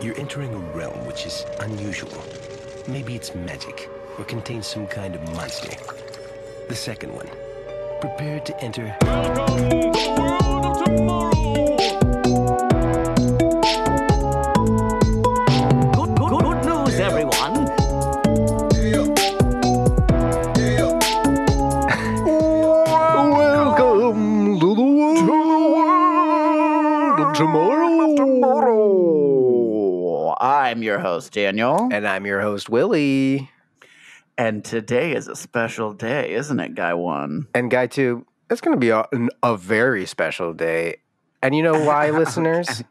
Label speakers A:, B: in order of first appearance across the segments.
A: You're entering a realm which is unusual. Maybe it's magic, or contains some kind of monster. The second one. Prepare to enter
B: Good, good, good news, everyone.
A: Welcome to the world, of tomorrow.
C: tomorrow. I'm your host, Daniel.
D: And I'm your host, Willie.
C: And today is a special day, isn't it, Guy One?
D: And Guy 2, it's going to be a, an- a very special day. And you know why, listeners?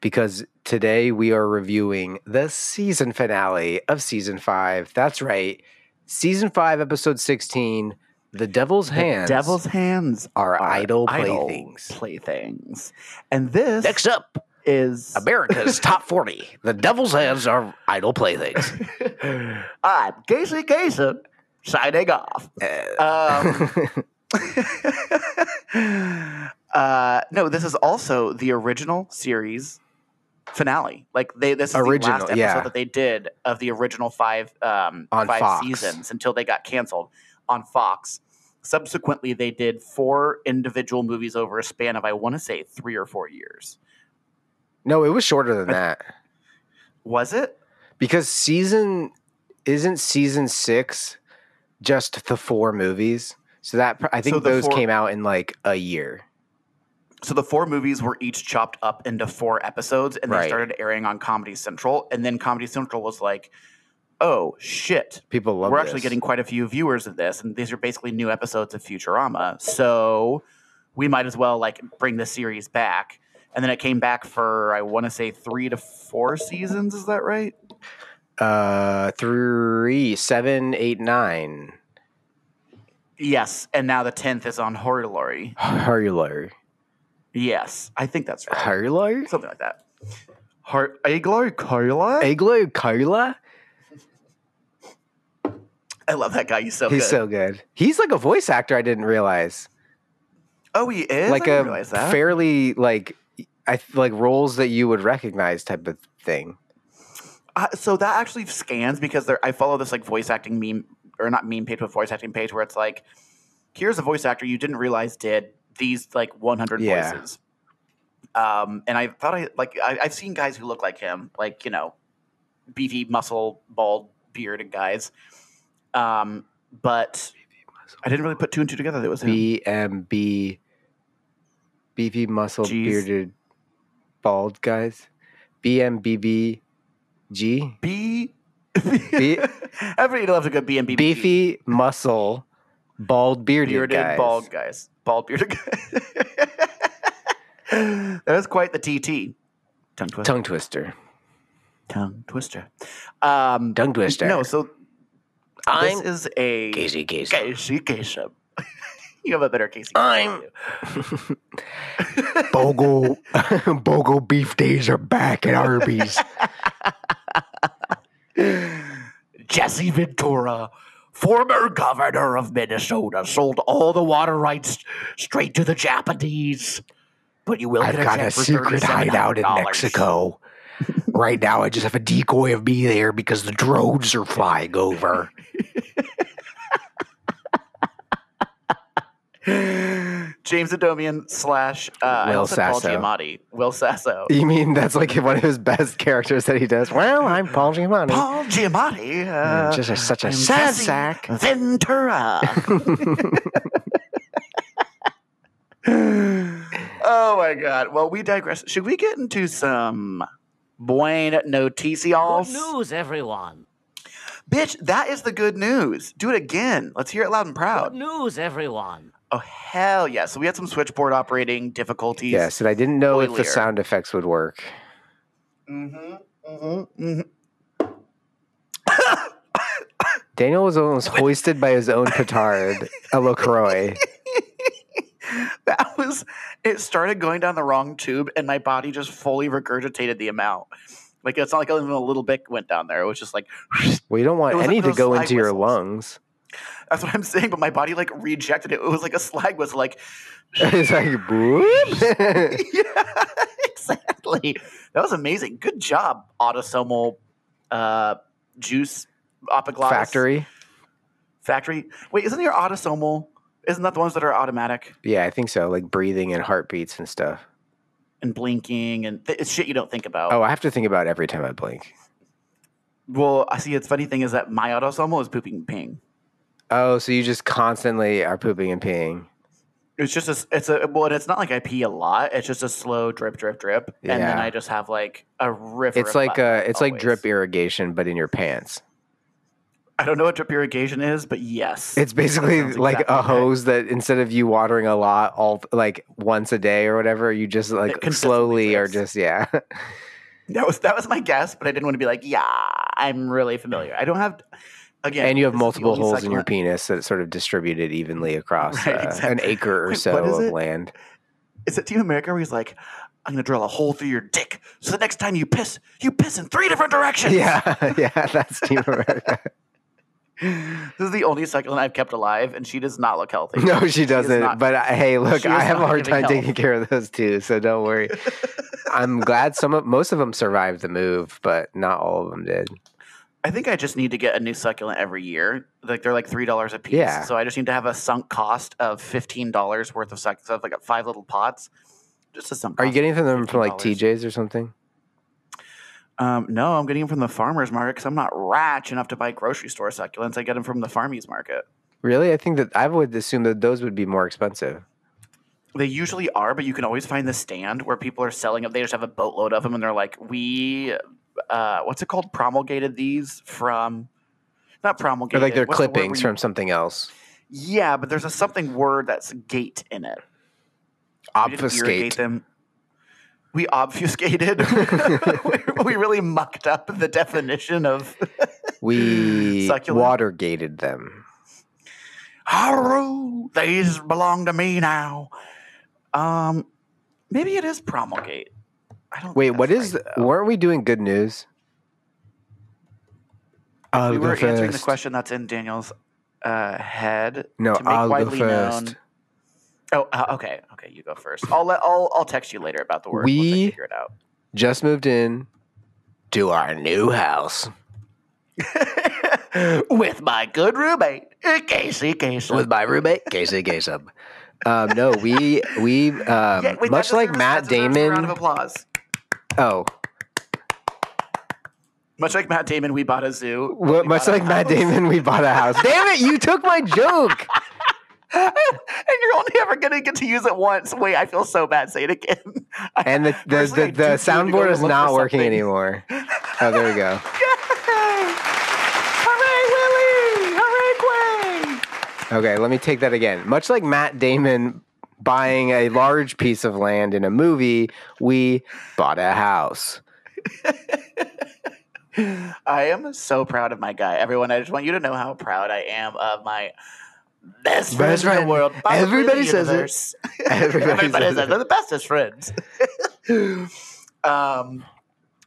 D: Because today we are reviewing the season finale of season five. That's right. Season five, episode 16 The Devil's Hands.
C: Devil's hands
D: Are
C: are
D: idle
C: idle
D: playthings.
C: playthings. And this
D: Next up,
C: is
D: America's Top 40. The Devil's Hands are idle playthings.
C: I'm Casey Kasem signing off. Um, uh, no, this is also the original series finale. Like they, this is
D: Original,
C: the last episode
D: yeah.
C: that they did of the original five um,
D: On
C: five
D: Fox.
C: seasons until they got canceled on Fox. Subsequently, they did four individual movies over a span of I want to say three or four years.
D: no, it was shorter than that.
C: Was it?
D: Because season isn't season six just the four movies. So that I think
C: So the
D: those
C: four-
D: came out in like a year.
C: So the four movies were each chopped up into four episodes, and they
D: Right.
C: started airing on Comedy Central. And then Comedy Central was like, "Oh shit,
D: People love.
C: we're actually
D: this.
C: getting quite a few viewers of this, and these are basically new episodes of Futurama. So we might as well like bring the series back." And then it came back for I want to say three to four seasons. Is that right?
D: uh three, seven, eight, nine.
C: Yes. And now the tenth is on Horror Lorry.
D: Hurler,
C: Yes, I think that's right.
D: hurler,
C: Something like that. Har- Aglar Carla.
D: Eglo Carla.
C: I love that guy. He's so
D: He's
C: good.
D: so good. He's like a voice actor. I didn't realize.
C: Oh, he is. I
D: like
C: didn't
D: a
C: realize that.
D: fairly like I like roles that you would recognize type of thing.
C: Uh, so that actually scans because there, I follow this like voice acting meme or not meme page, but voice acting page where it's like, here's a voice actor you didn't realize did these like 100
D: Yeah.
C: voices. Um, and I thought I like I, I've seen guys who look like him, like you know, beefy muscle, bald bearded guys. Um, but I didn't really put two and two together. That it was him.
D: BMB, BP muscle
C: Jeez.
D: bearded bald guys, BMBBG,
C: B.
D: Be-
C: Everybody loves a good B and B.
D: beefy muscle bald bearded,
C: bearded
D: guys.
C: bald guys. Bald bearded guys. that was quite the TT. Tongue twister.
D: tongue twister,
C: Tongue twister. Um,
D: tongue twister.
C: No, so
D: I'm
C: this is a
D: Casey Kasem.
C: Casey Kasem. you have a better Casey. Kasem
D: I'm-
C: than
D: Bogle Bogle beef days are back at Arby's.
C: I do. Jesse Ventura, former governor of Minnesota, sold all the water rights straight to the Japanese. But you will
E: I've
C: get
E: got
C: check
E: a
C: for
E: secret hideout in
C: $3,700.
E: Mexico. right now, I just have a decoy of me there because the drones are flying over.
C: James Adomian slash uh, I
D: Will
C: also call
D: Sasso.
C: Giamatti. Will Sasso.
D: you mean that's like one of his best characters that he does? Well, I'm Paul Giamatti.
C: Paul Giamatti. Uh,
D: just a- such a
C: and
D: sad
C: Jesse
D: sack.
C: Ventura. oh my God. Well, we digress. Should we get into some buen
B: Good
C: noticias?
B: news, everyone.
C: Bitch, that is the good news. Do it again. Let's hear it loud and
B: Good
C: proud.
B: news, everyone.
C: Oh, hell yeah. So we had some switchboard operating difficulties.
D: Yes, and I didn't know if the
C: Oilier.
D: sound effects would work.
C: Mm-hmm, mm-hmm, mm-hmm.
D: Daniel was almost hoisted by his own petard, a LaCroix.
C: that was it started going down the wrong tube and my body just fully regurgitated the amount like it's not like even a little bit went down there it was just like
D: Well, you don't
C: It
D: want
C: was like
D: any to
C: those
D: go
C: slide
D: into your
C: whistles.
D: lungs.
C: that's what i'm saying but my body like rejected it it was like a slag was like
D: it's like, boop.
C: yeah exactly exactly. That was amazing. Good job, autosomal uh, juice epiglottis
D: Factory.
C: factory. Wait, isn't your autosomal? Isn't that the ones that are automatic
D: Yeah, I think so. Like breathing and heartbeats and stuff.
C: and blinking and th- it's shit you don't think about?
D: Oh, I have to think about it every time I blink.
C: Well, I see. It's funny thing is that my autosomal is pooping ping.
D: Oh, so you just constantly are pooping and peeing.
C: It's just a, s- it's a, well, and it's not like I pee a lot. It's just a slow drip, drip, drip. And then
D: Yeah.
C: I just have like a river.
D: It's
C: of
D: like
C: butt
D: uh it's like drip
C: always.
D: irrigation, but in your pants.
C: I don't know what drip irrigation is, but yes.
D: It's basically
C: Sounds
D: like
C: exactly
D: a
C: right.
D: hose that instead of you watering a lot all like once a day or whatever, you just like
C: consistently
D: slowly or
C: drips.
D: just yeah.
C: that was, that was my guess, but I didn't want to be like, yeah, I'm really familiar. I don't have, again,
D: and you have
C: this is the
D: multiple
C: only
D: holes in your
C: succulent-
D: penis that sort of distributed evenly across
C: Right,
D: uh, an
C: exactly.
D: acre or
C: Wait,
D: so
C: what is
D: of
C: it?
D: land.
C: Is it Team America where he's like, I'm going to drill a hole through your dick. So the next time you piss, you piss in three different directions.
D: Yeah, yeah, that's Team America.
C: This is the only succulent I've kept alive, and she does not look healthy.
D: No,
C: She
D: she
C: is
D: doesn't.
C: not-
D: but I, hey, look,
C: she
D: I
C: is
D: have a
C: not
D: hard
C: giving
D: time
C: help.
D: taking care of those too, so don't worry. I'm glad some of most of them survived the move, but not all of them did.
C: I think I just need to get a new succulent every year. Like they're like three dollars a piece.
D: Yeah.
C: So I just need to have a sunk cost of fifteen dollars worth of succulents. So I've got five little pots. Just a sunk.
D: Are you
C: cost.
D: getting them from like
C: $15.
D: TJ's or something?
C: Um, no, I'm getting them from the farmers market because I'm not rich enough to buy grocery store succulents. I get them from the farmies market.
D: Really? I think that I would assume that those would be more expensive.
C: They usually are, but you can always find the stand where people are selling them. They just have a boatload of them, and they're like, "We, uh, what's it called? Promulgated these from." Not
D: Or
C: promulgated.
D: like they're
C: what's the word where
D: clippings
C: you-
D: from something else.
C: Yeah, but there's a something word that's gate in it. We didn't irrigate
D: Obfuscate.
C: them. We obfuscated. We- we really mucked up the definition of
D: We
C: Succulent.
D: watergated them.
C: Haru. These belong to me now. Um, maybe it is promulgate. I don't.
D: Wait,
C: think
D: what
C: that's
D: is?
C: right, Oh.
D: the-
C: though.
D: weren't we doing good news? I'll
C: we
D: go
C: were answering the
D: first.
C: question that's in Daniel's uh, head.
D: No,
C: to make
D: I'll go
C: widely known-
D: first.
C: Oh, uh, okay, okay, you go first. I'll let I'll, I'll text you later about the word. once I
D: We-
C: figure it out.
D: Just moved in to our new house
C: with my good roommate, Casey Casey.
D: with my roommate Casey Kasem. Um, no, we we um,
C: Yeah, wait, that
D: much like
C: deserves-
D: Matt
C: that deserves a
D: Damon.
C: round of applause.
D: oh,
C: Much like Matt Damon, we bought a zoo. but
D: well,
C: we
D: much
C: bought a
D: like Matt
C: house.
D: Damon, we bought a house. Damn it, you took my joke.
C: and you're only ever gonna get to use it once. Wait, I feel so bad. Say it again.
D: And the the,
C: Personally, I
D: the, the
C: do feel you go
D: soundboard
C: to
D: is
C: look
D: not
C: for
D: working
C: something.
D: anymore. Oh, there we go.
C: Hooray, Willie! Hooray, Quay!
D: Okay, let me take that again. Much like Matt Damon buying a large piece of land in a movie, we bought a house.
C: I am so proud of my guy. Everyone, I just want you to know how proud I am of my best friend
D: Best
C: in the
D: friend.
C: world. probably
D: Everybody
C: the
D: says it.
C: universe.
D: Everybody
C: Everybody,
D: says
C: says
D: it.
C: they're the bestest friends. um,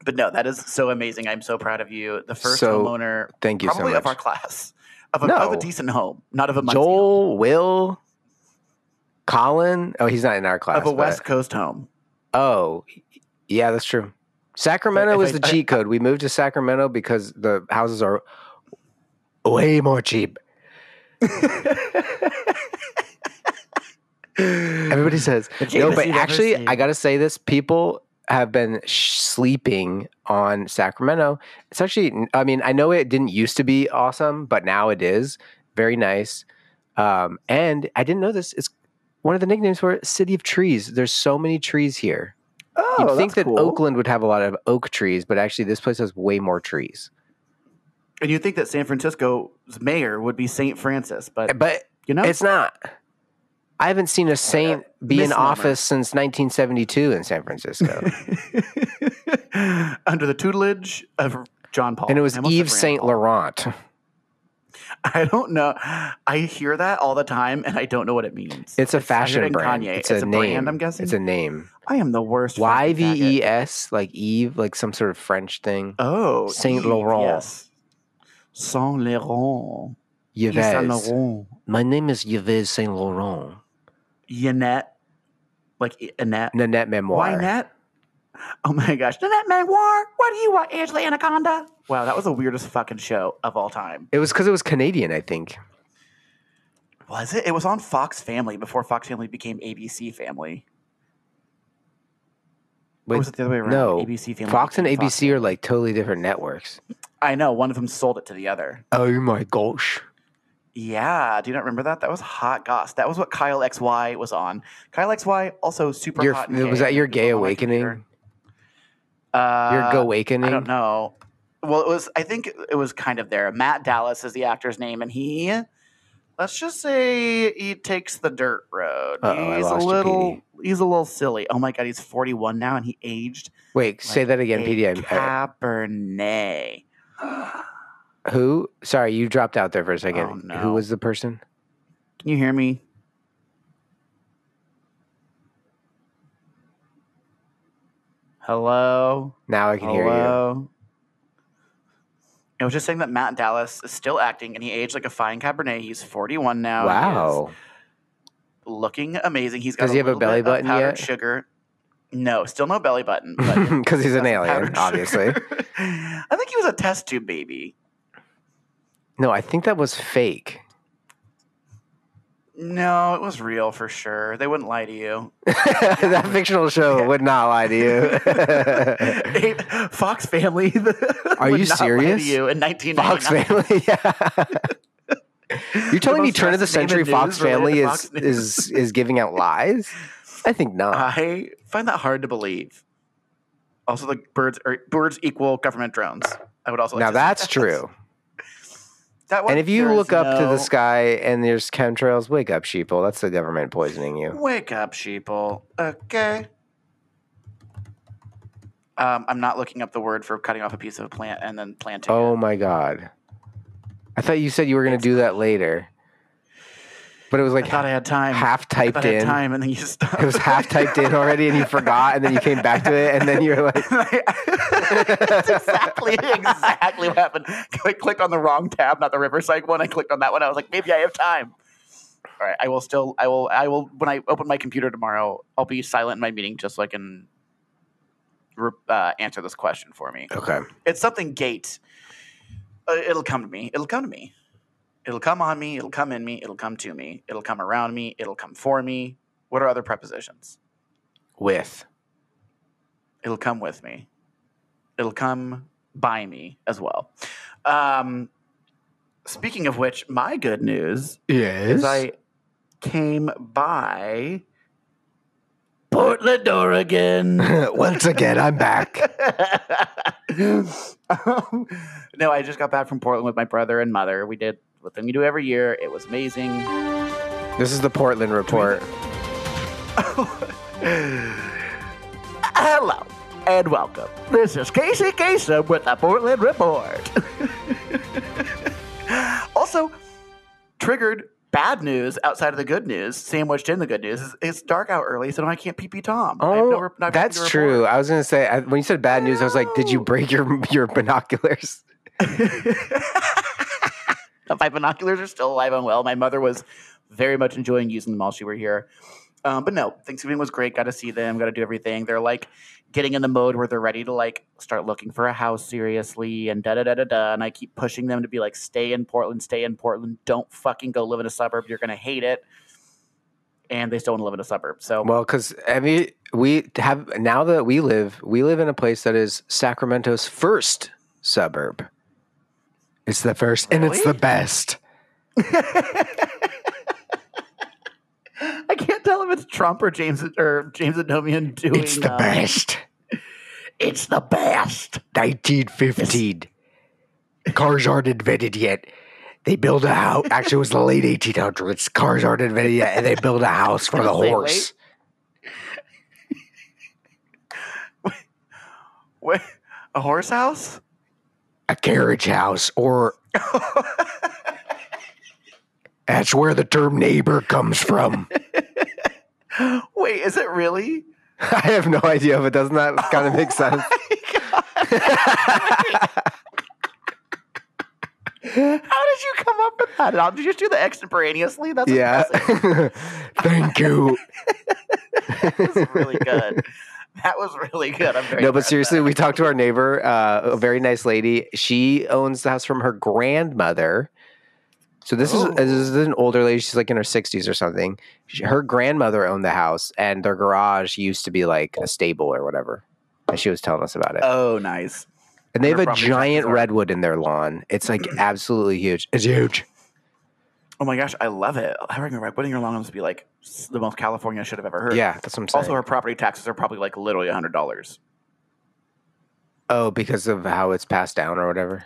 C: but no, that is so amazing. I'm so proud of you. The first
D: So,
C: homeowner,
D: Thank you
C: probably
D: so
C: of our
D: much.
C: class, of a,
D: No.
C: of a decent home, not of a Muncie home,
D: Joel, Will, Colin. Oh, he's not in our class.
C: of a
D: but-
C: West Coast home.
D: Oh, yeah, that's true. Sacramento
C: if
D: was
C: I-
D: the
C: I-
D: cheat code. We moved to Sacramento because the houses are way more cheap. Everybody says no,
C: cheapest
D: but
C: you've ever
D: actually,
C: seen.
D: I gotta say this: people have been sh- sleeping on Sacramento. It's actually, I mean, I know it didn't used to be awesome, but now it is very nice. Um, and I didn't know this. It's one of the nicknames for it, City of Trees. There's so many trees here.
C: Oh,
D: You'd think that Oakland would have a lot of oak trees, but actually, this place has way more trees.
C: And you think that San Francisco's mayor would be St. Francis, but
D: But
C: you know,
D: it's not. I haven't seen a saint be in
C: misnomer.
D: office since 1972 in San Francisco.
C: under the tutelage of John Paul.
D: and it was
C: I almost said
D: Yves
C: Rand
D: Saint
C: Paul.
D: Laurent.
C: I don't know. I hear that all the time, and I don't know what it means.
D: It's a
C: I heard it
D: fashion
C: in
D: brand.
C: Kanye.
D: It's,
C: It's
D: a,
C: a
D: name.
C: brand, I'm guessing?
D: It's a name.
C: I am the worst.
D: Y
C: fucking
D: V
C: faggot.
D: E S, like Eve, like some sort of French thing.
C: Oh,
D: Saint
C: Yves,
D: Laurent.
C: Yes. Saint Laurent. Yves Saint
D: Yves.
C: Laurent.
D: My name is Yves Saint Laurent.
C: Yanette. Like I- Annette.
D: Nanette Memoir.
C: Why net? Oh my gosh. The Nutmeg War? What do you want, Angela Anaconda? Wow, that was the weirdest fucking show of all time.
D: It was because it was Canadian, I think.
C: Oh, Was it? It was on Fox Family before Fox Family became ABC Family.
D: Wait,
C: was it the other way around?
D: No,
C: ABC Family
D: Fox and
C: became
D: ABC
C: Fox
D: are like totally different networks.
C: I know, one of them sold it to the other.
D: Oh my gosh!
C: Yeah, do you not remember that? That was hot goss. That was what Kyle XY was on. Kyle XY also super
D: Your,
C: hot. and
D: was
C: gay.
D: that your
C: It
D: gay
C: on my
D: awakening?
C: computer. Uh,
D: your go awakening?
C: I don't know. Well, it was. I think it was kind of there. Matt Dallas is the actor's name, and he, let's just say, he takes the dirt road.
D: Uh-oh, I
C: he's
D: lost
C: a
D: you,
C: little.
D: PD.
C: he's a little silly. Oh my god, he's forty-one now, and he aged.
D: Wait, say
C: like
D: that again,
C: a
D: PD. I'm- I-
C: Cabernet.
D: Who? Sorry, you dropped out there for a second.
C: Oh,
D: Who
C: no.
D: was the person?
C: Can you hear me? Hello.
D: Now I
C: Oh,
D: can
C: uh,
D: hear
C: I was just saying that Matt Dallas is still acting, and he aged like a fine Cabernet. He's 41 now.
D: you.
C: He is
D: Wow.
C: looking amazing. He's got
D: Does he have a
C: little bit
D: belly
C: of
D: button
C: powdered
D: yet?
C: Sugar. No, still no belly button. But
D: Because he's an
C: got some
D: alien,
C: powdered
D: obviously.
C: sugar. I think he was a test tube baby.
D: No, I think that was fake.
C: No, it was real for sure. They wouldn't lie to you.
D: that fictional show would not lie to you.
C: Fox Family.
D: Are
C: would
D: you
C: not lie to
D: serious?
C: you in 1999.
D: Fox Family. Yeah. You're telling me
C: most
D: turn of
C: fascinating
D: the century
C: news
D: Fox
C: related to
D: Family is
C: Fox News. Uh,
D: is is giving out lies? I think not.
C: I find that hard to believe. Also, the birds are birds equal government drones. I would also like
D: now
C: to say
D: that's
C: that.
D: true.
C: That one,
D: And if you
C: there
D: look
C: is
D: up to
C: no-
D: the sky and there's chemtrails, wake up, sheeple. That's the government poisoning you.
C: wake up, sheeple. Okay. Um, I'm not looking up the word for cutting off a piece of a plant and then planting.
D: Oh
C: it.
D: my god. I thought you said you were going to do that later. But it was
C: I
D: like
C: thought I had time.
D: half
C: I
D: typed
C: thought I had
D: in.
C: time, and then you stopped.
D: It was half typed in already and you forgot and then you came back to it and then you were like
C: That's exactly exactly what happened. I clicked on the wrong tab, not the Riverside one. I clicked on that one. I was like, maybe I have time. All right, I will still. I will. I will. When I open my computer tomorrow, I'll be silent in my meeting just so I can re- uh, answer this question for me.
D: Okay.
C: It's something gate. Uh, it'll come to me. It'll come to me. It'll come on me. It'll come in me. It'll come to me. It'll come around me. It'll come for me. What are other prepositions?
D: With.
C: it'll come with me. It'll come by me as well. Um, speaking of which, my good news
D: Yes.
C: is I came by Portland, Oregon.
D: Once again, I'm back.
C: Um, no, I just got back from Portland with my brother and mother. We did what thing you do every year. It was amazing.
D: This is the Portland report.
C: Hello and welcome. This is Casey Kasem with the Portland Report. also, triggered bad news outside of the good news, sandwiched in the good news. It's, it's dark out early, so now I can't pee pee Tom. I have
D: Oh,
C: no rep- nothing to
D: that's
C: report.
D: true. I was gonna say I, when you said bad news, I was like, did you break your your binoculars?
C: My binoculars are still alive and well. My mother was very much enjoying using them while she were here. Um, but no, Thanksgiving was great. Got to see them. Got to do everything. They're like getting in the mode where they're ready to like start looking for a house seriously and da da da da da. And I keep pushing them to be like, stay in Portland, stay in Portland. Don't fucking go live in a suburb. You're gonna hate it. And they still want to live in a suburb. So
D: Well, because I mean, we have now that we live, we live in a place that is Sacramento's first suburb. It's the first, and it's the best.
C: I can't tell if it's Trump or James or James Adomian doing.
E: It's the
C: um,
E: best.
C: It's the best.
E: 1915. Cars aren't invented yet. They build a house. Actually, it was the late 1800s. Cars aren't invented yet, and they build a house for the
C: Gonna say,
E: horse.
C: Wait, a horse house?
E: A carriage house, or that's where the term neighbor comes from.
C: Wait, is it really?
D: I have no idea, but doesn't that kind of make sense?
C: How did you come up with that? Did you just do that extemporaneously? That's
D: yeah.
C: impressive.
E: Thank you.
C: That's really good. That was really good. I'm very proud
D: No, but
C: of that.
D: seriously, we talked to our neighbor, uh, a very nice lady. She owns the house from her grandmother. So this is this is
C: Oh.
D: an older lady. She's like in her sixties or something. She, her grandmother owned the house, and their garage used to be like a stable or whatever. And she was telling us about it.
C: Oh, nice.
D: and they have
C: they're
D: a
C: probably just as
D: giant
C: hard.
D: redwood in their lawn. It's like absolutely huge. It's huge.
C: Oh my gosh, I love it. Having a redwood in your lawn must be like s- the most California shit I've ever heard.
D: Yeah, that's what I'm saying.
C: Also, her property taxes are probably like literally hundred dollars.
D: oh, because of how it's passed down or whatever.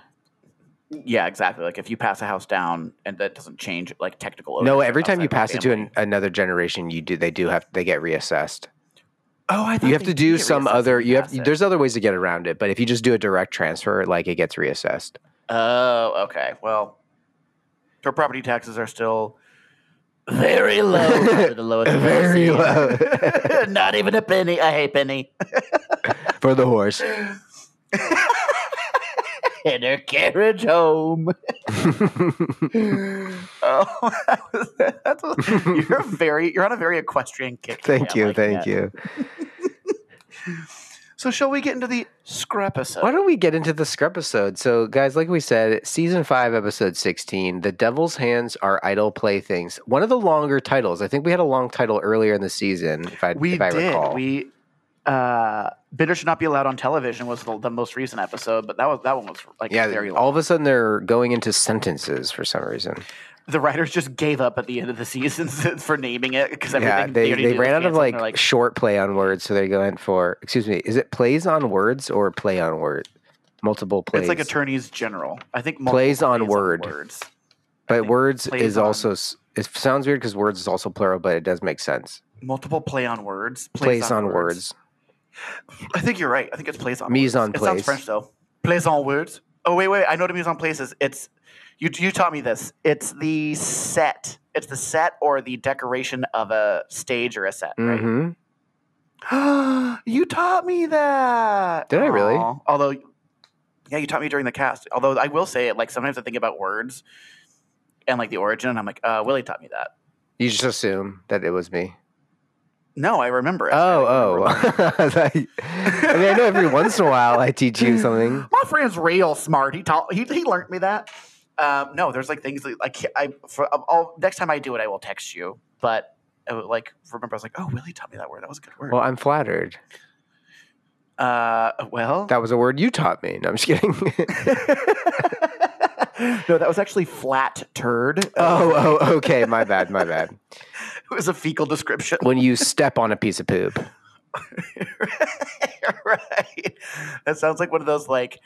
C: Yeah, exactly. Like if you pass a house down and that doesn't change like technical.
D: no,
C: ownership
D: every time you
C: Oh, outside of
D: pass
C: the
D: it to
C: family.
D: an, another generation, you do. They do have. They get reassessed.
C: oh, I thought
D: you have
C: they
D: to
C: did
D: do
C: get
D: some
C: reassessed
D: other
C: when
D: you have
C: pass it.
D: there's other ways to get around it but if you just do a direct transfer like it gets reassessed
C: Oh, okay. Well, her property taxes are still very low. probably the lowest I've ever seen.
D: low
C: Not even a penny. A hey penny.
D: for the horse
C: In her carriage home. oh, that was, that's a, you're very you're on a very equestrian kick. today.
D: thank
C: I'm
D: you
C: liking
D: thank
C: it.
D: you
C: So shall we get into the scrap episode?
D: why don't we get into the scrub episode so guys like we said season 5 episode 16 the devil's hands are idle playthings one of the longer titles i think we had a long title earlier in the season if i,
C: we
D: if I
C: did.
D: recall
C: We uh, bitter should not be allowed on television was the, the most recent episode, but that was that one was like
D: yeah
C: very long.
D: all of a sudden they're going into sentences for some reason
C: the writers just gave up at the end of the season for naming it because
D: Yeah,
C: everything
D: they,
C: already
D: they
C: did was
D: ran out of
C: canceled,
D: like,
C: and they're
D: short play on words, so they go in for excuse me, is it plays on words or play on word? Multiple plays.
C: it's like attorneys general. I think multiple
D: Plays on word.
C: words.
D: but words
C: plays
D: is
C: on-
D: also s- it sounds weird because words is also plural, but it does make sense.
C: Multiple play on words.
D: Plays, on, words.
C: I think you're right. I think it's plays on.
D: Mise
C: words.
D: en
C: It sounds
D: place.
C: French though. Plays on words. Oh wait, wait. I know what mise en place is. It's you. You taught me this. It's the set. It's the set or the decoration of a stage or a set. Right.
D: hmm
C: you taught me that.
D: Did I really?
C: Aw. Although, yeah, you taught me during the cast. Although I will say it, like sometimes I think about words and like the origin, and I'm like, uh, Willie taught me that.
D: You just assume that it was me.
C: No, I remember it.
D: Oh, oh. I mean, I know every once in a while I teach you something.
C: My friend's real smart. He taught. He, he learned me that. Um, no, there's like things that like I for I'll, next time I do it, I will text you. But I would, like remember, I was like, oh, Willie taught me that word. That was a good word.
D: Well, I'm flattered.
C: uh, well,
D: That was a word you taught me. No, I'm just kidding.
C: no, that was actually flat turd.
D: oh, oh, okay. My bad. My bad.
C: It was a fecal description.
D: When you step on a piece of poop.
C: right. That sounds like one of those like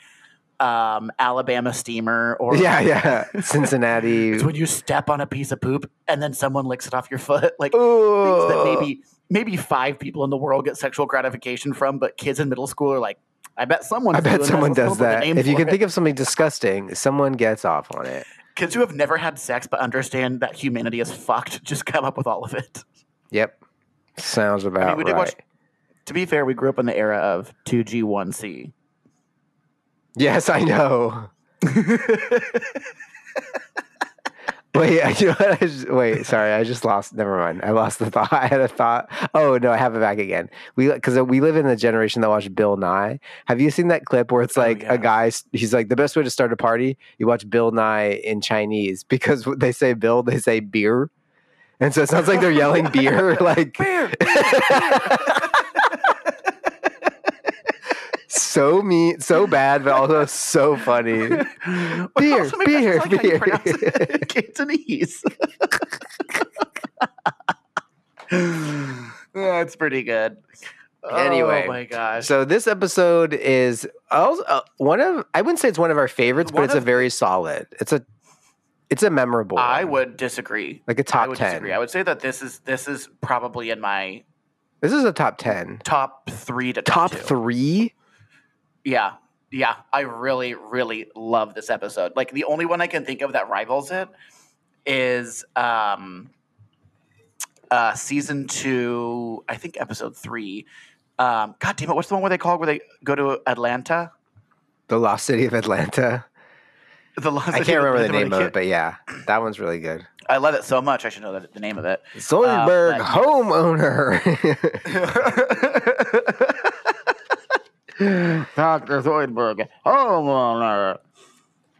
C: um, Alabama steamer or
D: Yeah, yeah. Cincinnati.
C: It's when you step on a piece of poop and then someone licks it off your foot. Like things that
D: Oh,
C: maybe maybe five people in the world get sexual gratification from, but kids in middle school are like, I bet someone.
D: I bet someone does that. If you can think of something disgusting, someone gets off on it.
C: kids who have never had sex but understand that humanity is fucked, just come up with all of it.
D: Yep. Sounds about
C: we did
D: right.
C: watch- To be fair, we grew up in the era of two G one C.
D: Yes, I know. Wait, I- you know what? I just, wait, sorry, I just lost. Never mind. I lost the thought. I had a thought. Oh no, I have it back again. We because we live in the generation that watched Bill Nye. Have you seen that clip where it's like
C: yeah.
D: a guy? He's like the best way to start a party. You watch Bill Nye in Chinese because when they say Bill, they say beer, and so it sounds like they're yelling beer. Like so mean, so bad, but also so funny. Beer,
C: Also, maybe
D: beer,
C: that's just, like, how you
D: beer.
C: pronounce it in Cantonese. That's pretty good.
D: Anyway,
C: oh my gosh.
D: So this episode is also, uh, one of I wouldn't say it's one of our favorites, but
C: One
D: it's a
C: of-
D: very solid. It's a it's a memorable.
C: I
D: one.
C: would disagree.
D: like a
C: I
D: top
C: would
D: ten.
C: disagree. I would say that this is this is probably in my
D: This is a top ten.
C: top three to top,
D: Top
C: two.
D: three.
C: Yeah. Yeah. I really, really love this episode. Like the only one I can think of that rivals it is um uh season two, I think episode three. Um God damn it, what's the one where they call where they go to Atlanta?
D: The Lost City of Atlanta.
C: The Los
D: I can't remember the name of it, but yeah, that one's really good.
C: I love it so much I should know the, the name of it.
D: Zoidberg
C: but-
D: homeowner.
C: Dr. Zoidberg, homeowner.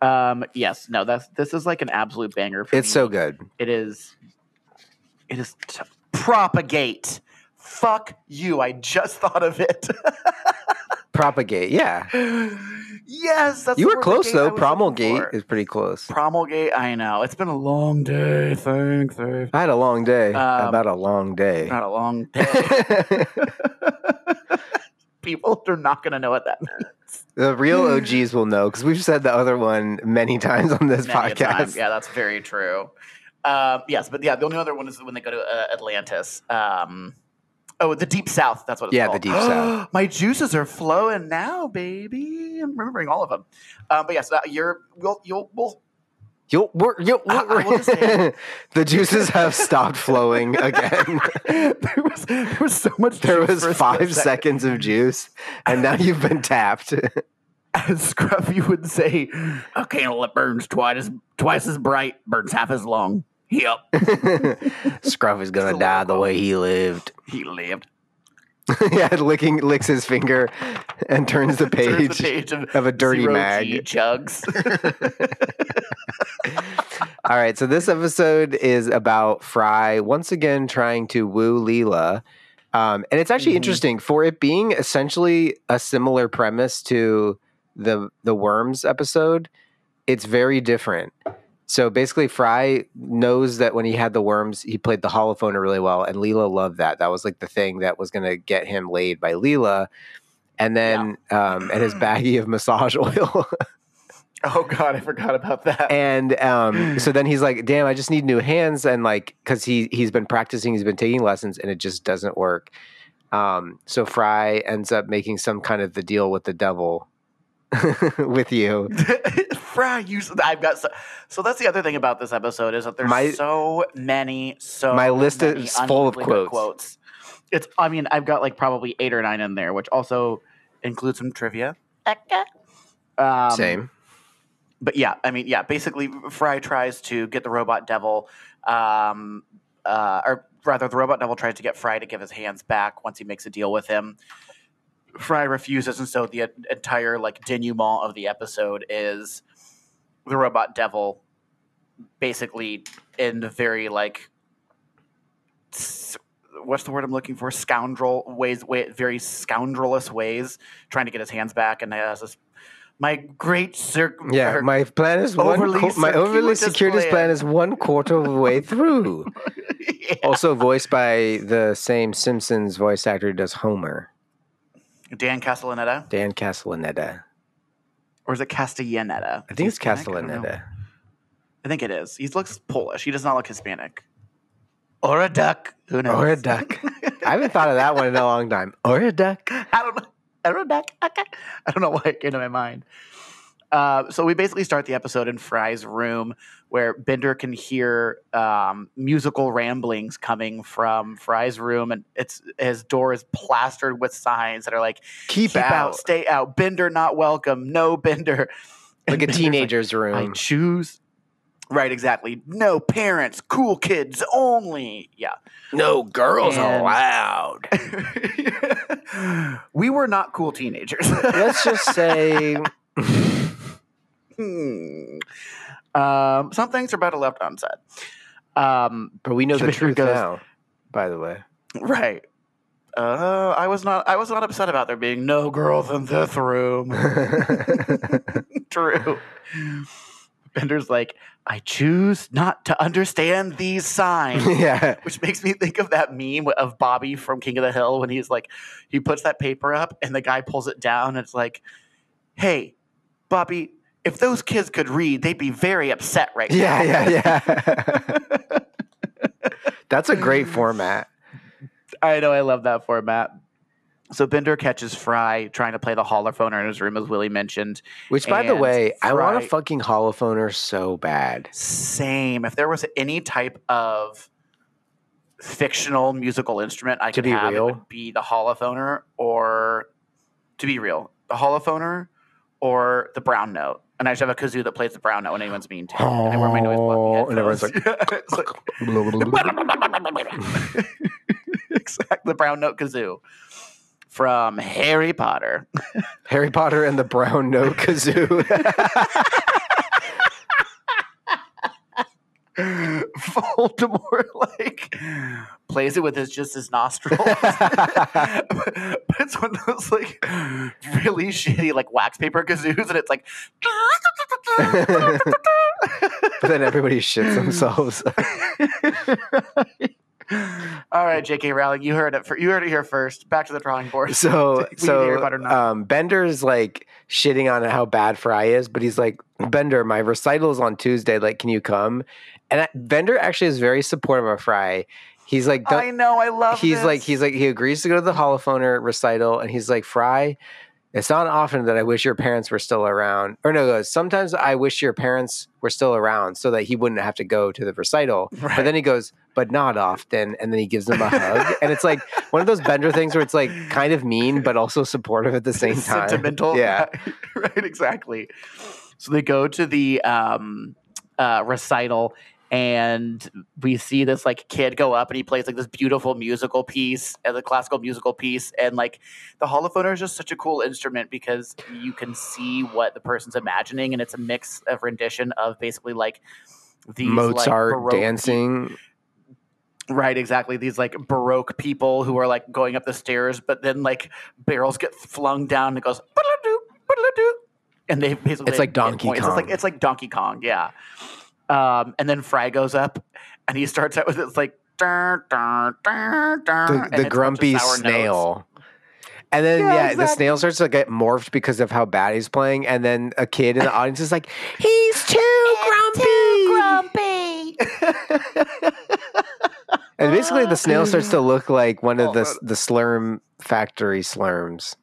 C: Um, yes, no, that's this is like an absolute banger for
D: It's
C: me.
D: so good.
C: It is. It is t- propagate. Fuck you! I just thought of it.
D: Propagate, yeah.
C: yes, that's
D: You
C: the
D: were
C: word
D: close
C: I gave- I
D: though.
C: was looking
D: Promulgate
C: for.
D: is pretty close.
C: promulgate. I know it's been a long day. Thanks. Thanks.
D: I had a long day.
C: Um,
D: about a long day.
C: Not a long day. People are not going to know what that means.
D: the real OGs will know because we've said the other one many times on this
C: many a time.
D: podcast.
C: Yeah, that's very true. Um, yes, but yeah, the only other one is when they go to uh, Atlantis. Um, oh, the Deep South. That's what it's
D: Yeah, the
C: called.
D: Deep South.
C: My juices are flowing now, baby. I'm remembering all of them. Um, but yes, uh, you're we'll you'll we'll
D: You'll, we're, you'll,
C: I- I will just say-
D: the juices have stopped flowing again.
C: there was there was so much
D: there
C: juice
D: was
C: for a
D: five
C: split second.
D: seconds of juice, and now you've been tapped.
C: As Scruffy would say, a candle that burns twice as twice as bright burns half as long. Yep,
D: Scruff is gonna die the way he lived.
C: he lived.
D: yeah, licking licks his finger and turns the page.
C: Turns the page of,
D: of a dirty
C: zero
D: mag.
C: G chugs.
D: All right, so this episode is about Fry once again trying to woo Leela. Um, and it's actually
C: Mhm.
D: interesting for it being essentially a similar premise to the the worms episode. It's very different. So basically, Fry knows that when he had the worms, he played the holophoner really well, and Leela loved that. That was like the thing that was going to get him laid by Leela. And then, um, and his baggie of massage oil.
C: Oh God, I forgot about that.
D: and um, so then he's like, "Damn, I just need new hands." And like, because he he's been practicing, he's been taking lessons, and it just doesn't work. Um, so Fry ends up making some kind of the deal with the devil with you.
C: Fry, you. I've got so, so. that's the other thing about this episode is that there's
D: My-
C: so many. So
D: my list
C: many
D: is full of
C: unbelievable
D: quotes.
C: quotes. It's. I mean, I've got like probably eight or nine in there, which also includes some trivia. Um,
D: Same.
C: but yeah, I mean, yeah. Basically, Fry tries to get the robot devil, um, uh, or rather, the robot devil tries to get Fry to give his hands back once he makes a deal with him. Fry refuses, and so the en- entire like denouement of the episode is the robot devil, basically in the very like, s- what's the word I'm looking for? Scoundrel ways, way, very scoundrelous ways, trying to get his hands back, and has this. My great circ-
D: Yeah,
C: her-
D: my plan is one.
C: overly
D: quar- my overly
C: circuitous
D: circuitous plan.
C: plan.
D: is one quarter of the way through.
C: Yeah.
D: Also voiced by the same Simpsons voice actor who does Homer,
C: Dan Castellaneta,
D: Dan Castellaneta.
C: or is it Castellaneta?
D: I think it's
C: Hispanic? I don't know.
D: Castellaneta.
C: I think it is. He looks Polish. He does not look Hispanic. Or a duck. Who knows?
D: Or a duck. I haven't thought of that one in a long time. Or a duck.
C: I don't know. Or a duck. Okay. I don't know why it came to my mind. Uh, so we basically start the episode in Fry's room, where Bender can hear um, musical ramblings coming from Fry's room, and it's his door is plastered with signs that are like
D: Keep,
C: "Keep out,
D: out.
C: stay out, Bender not welcome, no Bender."
D: like a
C: And Bender's like,
D: teenager's
C: I
D: room.
C: choose. Um, Right, exactly. No parents, cool kids only. Yeah.
D: no girls
C: And-
D: allowed.
C: we were not cool teenagers.
D: Let's just say
C: Hmm. um, some things are better left unsaid. Um,
D: but we know the
C: Commissioner
D: truth
C: goes-
D: now. By the way.
C: right. Uh, I was not. I was not upset about there being no girls in this room. True. Bender's like, I choose not to understand these signs.
D: yeah.
C: which makes me think of that meme of Bobby from King of the Hill when he's like, he puts that paper up and the guy pulls it down. And it's like, hey, Bobby, if those kids could read, they'd be very upset right
D: Yeah,
C: now.
D: yeah, yeah. That's a great format.
C: I know, I love that format. So Bender catches Fry trying to play the holophoner in his room, as Willie mentioned.
D: Which by the
C: And
D: way, I want a
C: fry-
D: fucking holophoner so bad.
C: Same. If there was any type of fictional musical instrument I
D: To
C: could
D: be
C: have,
D: real?
C: it would be the holophoner or to be real, the holophoner or the brown note. And I should have a kazoo that plays the brown note when anyone's mean to me. And I wear my noise blocking
D: Oh, And everyone's
C: headphones. It's like, exactly the brown note kazoo. from Harry Potter.
D: Harry Potter and the Brown No Kazoo.
C: Voldemort like plays it with his just his nostrils. but it's one of those like really shitty like wax paper kazoos, and it's like
D: but then everybody shits themselves.
C: all right, J.K. Rowling, you heard it. For, you heard it here first. Back to the drawing board.
D: So
C: We need Harry
D: so
C: Potter now.
D: um, Bender's like shitting on how bad Fry is, but he's like, Bender, my recital's on Tuesday. Like, can you come? And I, Bender actually is very supportive of Fry. He's like, "Don't-
C: I know. I love.
D: he's like
C: this.
D: he's like he agrees to go to the holophoner recital and he's like fry it's not often that i wish your parents were still around or no no, sometimes i wish your parents were still around so that he wouldn't have to go to the recital but then he goes but not often and then he gives him a hug and it's like one of those bender things where it's like kind of mean but also supportive at the same time
C: sentimental.
D: yeah
C: right, exactly. So they go to the um, uh, recital, and we see this like kid go up, and he plays like this beautiful musical piece, as a classical musical piece, and like the holophoner is just such a cool instrument because you can see what the person's imagining, and it's a mix of rendition of basically like. These, like,
D: mozart
C: Baroque pe-
D: dancing
C: Right, exactly. These like baroque people who are like going up the stairs, but then like barrels get flung down and it goes "Boodle-a-doo, boodle-a-doo," and they basically
D: It's like
C: get
D: Donkey
C: points. It's like
D: Kong.
C: it's like Donkey Kong, yeah. Um, and then Fry goes up and he starts out with it's like "Dun, dun, dun, dun," and
D: the,
C: it's a bunch
D: the
C: of
D: grumpy
C: sour notes.
D: snail. And then yeah,
C: Yeah,
D: the
C: exactly.
D: snail starts to get morphed because of how bad he's playing, and then a kid in the audience is like, "He's too grumpy." and basically, the snail starts to look like one
C: uh
D: of the the slurm factory slurms,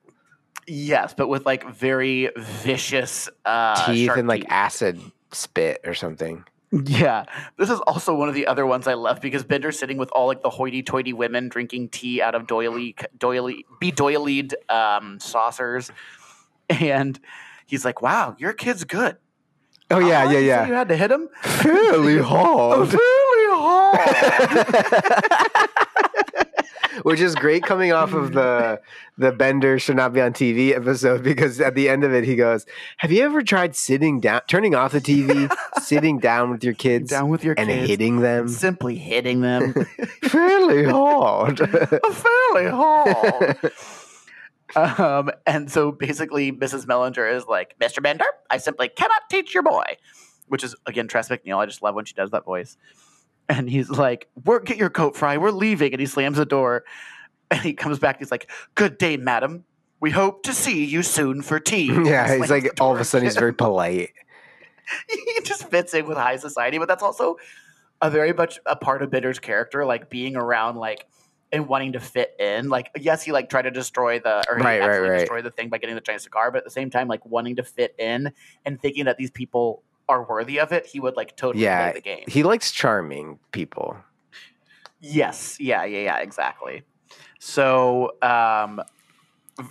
C: Yes, but with like very vicious uh,
D: teeth
C: sharp
D: and like
C: teeth.
D: acid spit or something.
C: Yeah, this is also one of the other ones I love because Bender's sitting with all like the hoity-toity women drinking tea out of doily, doily, bedoilied um, saucers, and he's like, "Wow, your kid's good."
D: Oh
C: Huh?
D: yeah,
C: You
D: yeah,
C: said You Oh,
D: yeah.
C: had to hit him.
D: Fairly hard. Which is great coming off of the the Bender should not be on TV episode because at the end of it he goes, "Have you ever tried sitting down, turning off the TV, sitting down with your kids,
C: Down with your
D: and
C: kids.
D: hitting them
C: Simply hitting them.
D: fairly hard?"
C: fairly hard. um, and so basically, Mrs. Mellinger is like, Mr. Bender, I simply cannot teach your boy, which is, again, Tress McNeil. I just love when she does that voice. And he's like, We're, get your coat, Fry. We're leaving. And he slams the door. And he comes back. He's like, Good day, madam. We hope to see you soon for tea.
D: yeah,
C: Slams
D: he's
C: the
D: like all of
C: door
D: a sudden he's very polite.
C: he just fits in with high society, but that's also a very much a part of Bitter's character, like being around, like and wanting to fit in. Like, yes, he like tried to destroy the or he
D: Right, right,
C: accidentally
D: right.
C: destroy the thing by getting the giant cigar, but at the same time, like wanting to fit in and thinking that these people are worthy of it, he would like totally
D: Yeah,
C: play the game.
D: he likes charming people.
C: Yes, yeah, yeah, yeah, exactly. So, um,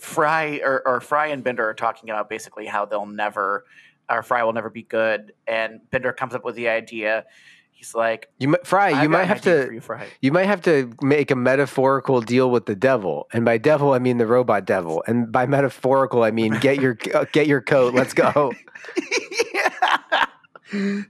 C: Fry or, or Fry and Bender are talking about basically how they'll never, or Fry will never be good. And Bender comes up with the idea. He's like,
D: You mi- Fry,
C: "I've
D: you
C: got
D: might
C: an
D: have
C: idea
D: to
C: for you, Fry.
D: you might have to make a metaphorical deal with the devil and by devil i mean the robot devil and by metaphorical i mean get your uh, get your coat let's go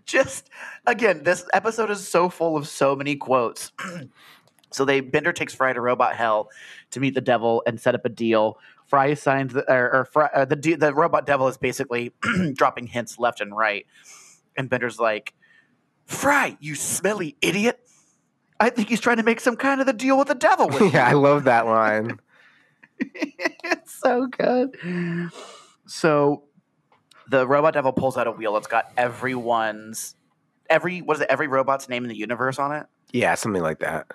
C: Just again, this episode is so full of so many quotes. so they Bender takes Fry to robot hell to meet the devil and set up a deal. Fry signs the, or, or Fry, uh, the de- the robot devil is basically dropping hints left and right, and Bender's like, "Fry, you smelly idiot! I think he's trying to make some kind of the deal with the devil." With
D: yeah i love that line
C: it's so good. So the robot devil pulls out a wheel that's got everyone's every what is it, every robot's name in the universe on it?
D: yeah something like that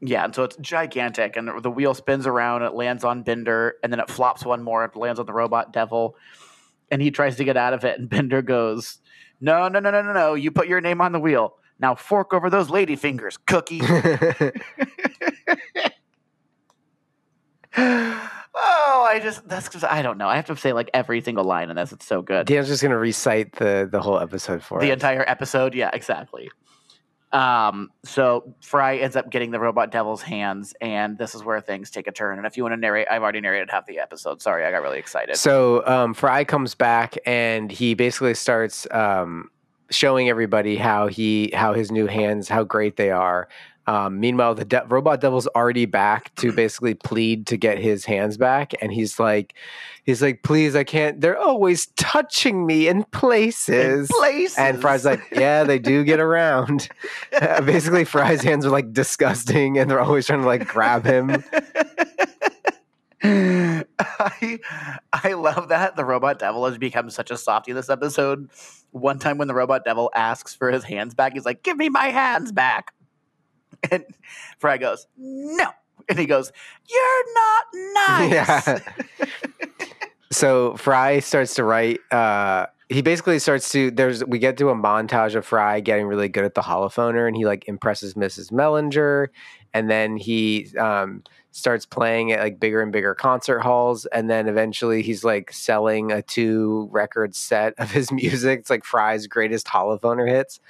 C: Yeah, and so it's gigantic, and the wheel spins around, it lands on Bender, and then it flops one more, it lands on the robot devil, and he tries to get out of it, and Bender goes, No, no, no, no, no, no, you put your name on the wheel. Now fork over those lady fingers, cookie. oh, I just that's 'cause I don't know. I have to say like every single line in this. It's so good.
D: dan's just gonna recite the the whole episode for
C: the
D: us
C: entire episode. Yeah, exactly. Um, so Fry ends up getting the robot devil's hands, and this is where things take a turn. And if you want to narrate, I've already narrated half the episode. Sorry, I got really excited.
D: So um, Fry comes back and he basically starts um, showing everybody how he how his new hands how great they are. Um, meanwhile, the de- robot devil's already back to basically plead to get his hands back, and he's like, he's like, please, I can't. They're always touching me in places.
C: places.
D: And Fry's like, yeah, they do get around. Uh, Basically, Fry's hands are like disgusting, and they're always trying to like grab him.
C: I I love that the robot devil has become such a softie this episode. One time when the robot devil asks for his hands back, he's like, "Give me my hands back," and Fry goes, "No," and he goes, "You're not nice."
D: Yeah. so Fry starts to write. Uh, he basically starts to. There's we get to a montage of Fry getting really good at the holophoner, and he like impresses Mrs. Mellinger, and then he um, starts playing at like bigger and bigger concert halls, and then eventually he's like selling a two record set of his music. It's like Fry's greatest holophoner hits.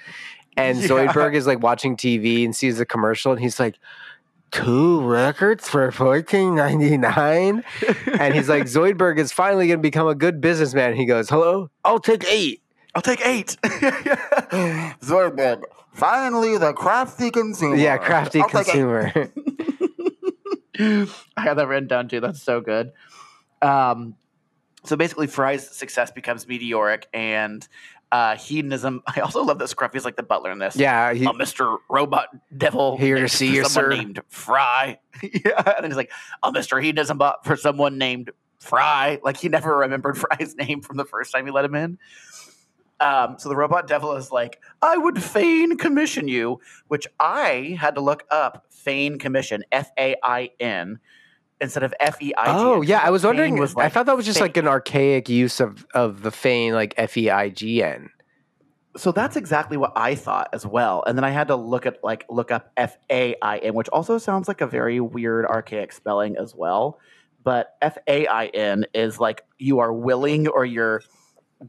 D: And
C: Yeah.
D: Zoidberg is like watching TV and sees the commercial, and he's like, two records for fourteen ninety nine, and he's like, Zoidberg is finally going to become a good businessman. He goes, "Hello, I'll take eight.
C: I'll take eight. Zorbog, finally the crafty consumer.
D: Yeah, crafty
C: I'll take eight.
D: consumer.
C: I had that written down too. That's so good. Um, so basically, Fry's success becomes meteoric, and uh, hedonism. I also love that Scruffy's like the butler in this.
D: yeah, he,
C: Uh, Mr. Robot Devil
D: Here to
C: named
D: see
C: for
D: you,
C: someone
D: sir.
C: named Fry. yeah, and he's like, "A Mr. Hedonism bot for someone named Fry." Like he never remembered Fry's name from the first time he let him in. Um, so the Robot Devil is like, "I would fain commission you," which I had to look up. Fain commission, F A I N, instead of F E I. G.
D: oh yeah, I was
C: Fane
D: wondering.
C: was
D: I
C: like
D: thought that was just
C: fake.
D: like an archaic use of of the feign, like F E I G N.
C: So that's exactly what I thought as well. And then I had to look at like look up F A I N, which also sounds like a very weird archaic spelling as well. But F A I N is like you are willing or you're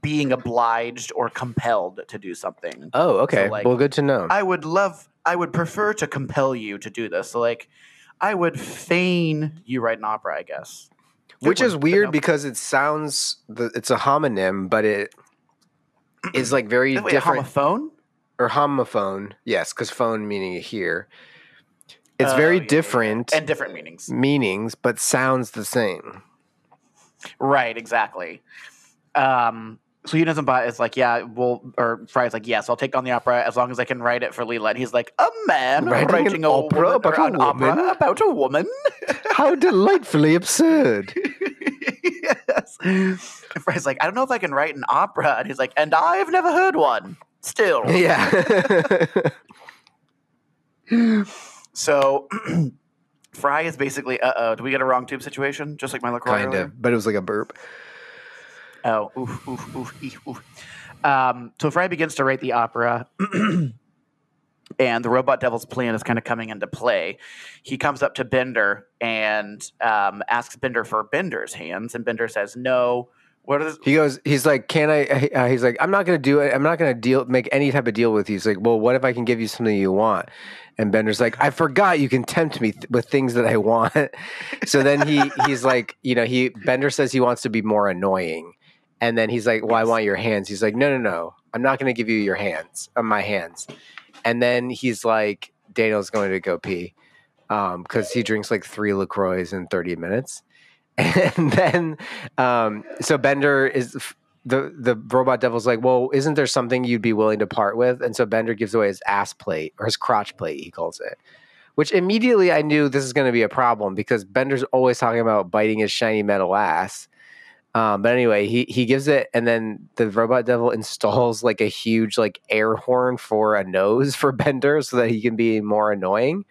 C: being obliged or compelled to do something.
D: Oh, okay.
C: like,
D: well, good to know.
C: I would love I would prefer to compel you to do this. So like I would feign you write an opera, I guess. Good
D: Which
C: one,
D: is
C: but
D: weird
C: no.
D: because it sounds the, it's a homonym, but it is like very
C: Wait,
D: different
C: homophone?
D: or homophone. Yes, because phone meaning here. It's
C: Oh,
D: very
C: yeah, yeah, yeah.
D: different.
C: And different meanings.
D: meanings but sounds the same.
C: Right, exactly. Um, so he doesn't buy. It's like, yeah, well, or Fry's like, yes, I'll take on the opera as long as I can write it for Leela. And he's like, a man
D: Writing
C: writing,
D: an
C: a
D: opera
C: woman-
D: about
C: or
D: a
C: an opera
D: woman?
C: about a woman.
D: How delightfully absurd.
C: yes. And Fry's like, I don't know if I can write an opera. And he's like, and I've never heard one. Still,
D: Yeah.
C: so Fry is basically, uh oh, do we get a wrong tube situation? Just like my LaCroix
D: kind
C: earlier?
D: of, but it was like a burp.
C: Oh, oof, oof, oof, eef, oof. Um, so Fry begins to write the opera, and the robot devil's plan is kind of coming into play. He comes up to Bender and um, asks Bender for Bender's hands, and Bender says, "No." What is?
D: He goes, he's like, can I? Uh, he's like, I'm not going to do it. I'm not going to deal, make any type of deal with you. He's like, well, what if I can give you something you want? And Bender's like, I forgot you can tempt me th- with things that I want. So then he he's like, you know, he Bender says he wants to be more annoying, and then he's like, well, I want your hands. He's like, no, no, no, I'm not going to give you your hands, uh, my hands. And then he's like, Daniel's going to go pee because he drinks like three LaCroix in 30 minutes. And then, um, so Bender is the, the robot devil's like, well, isn't there something you'd be willing to part with? And so Bender gives away his ass plate or his crotch plate, he calls it, which immediately I knew this is going to be a problem because Bender's always talking about biting his shiny metal ass. Um, but anyway, he, he gives it, and then the robot devil installs like a huge like air horn for a nose for Bender so that he can be more annoying.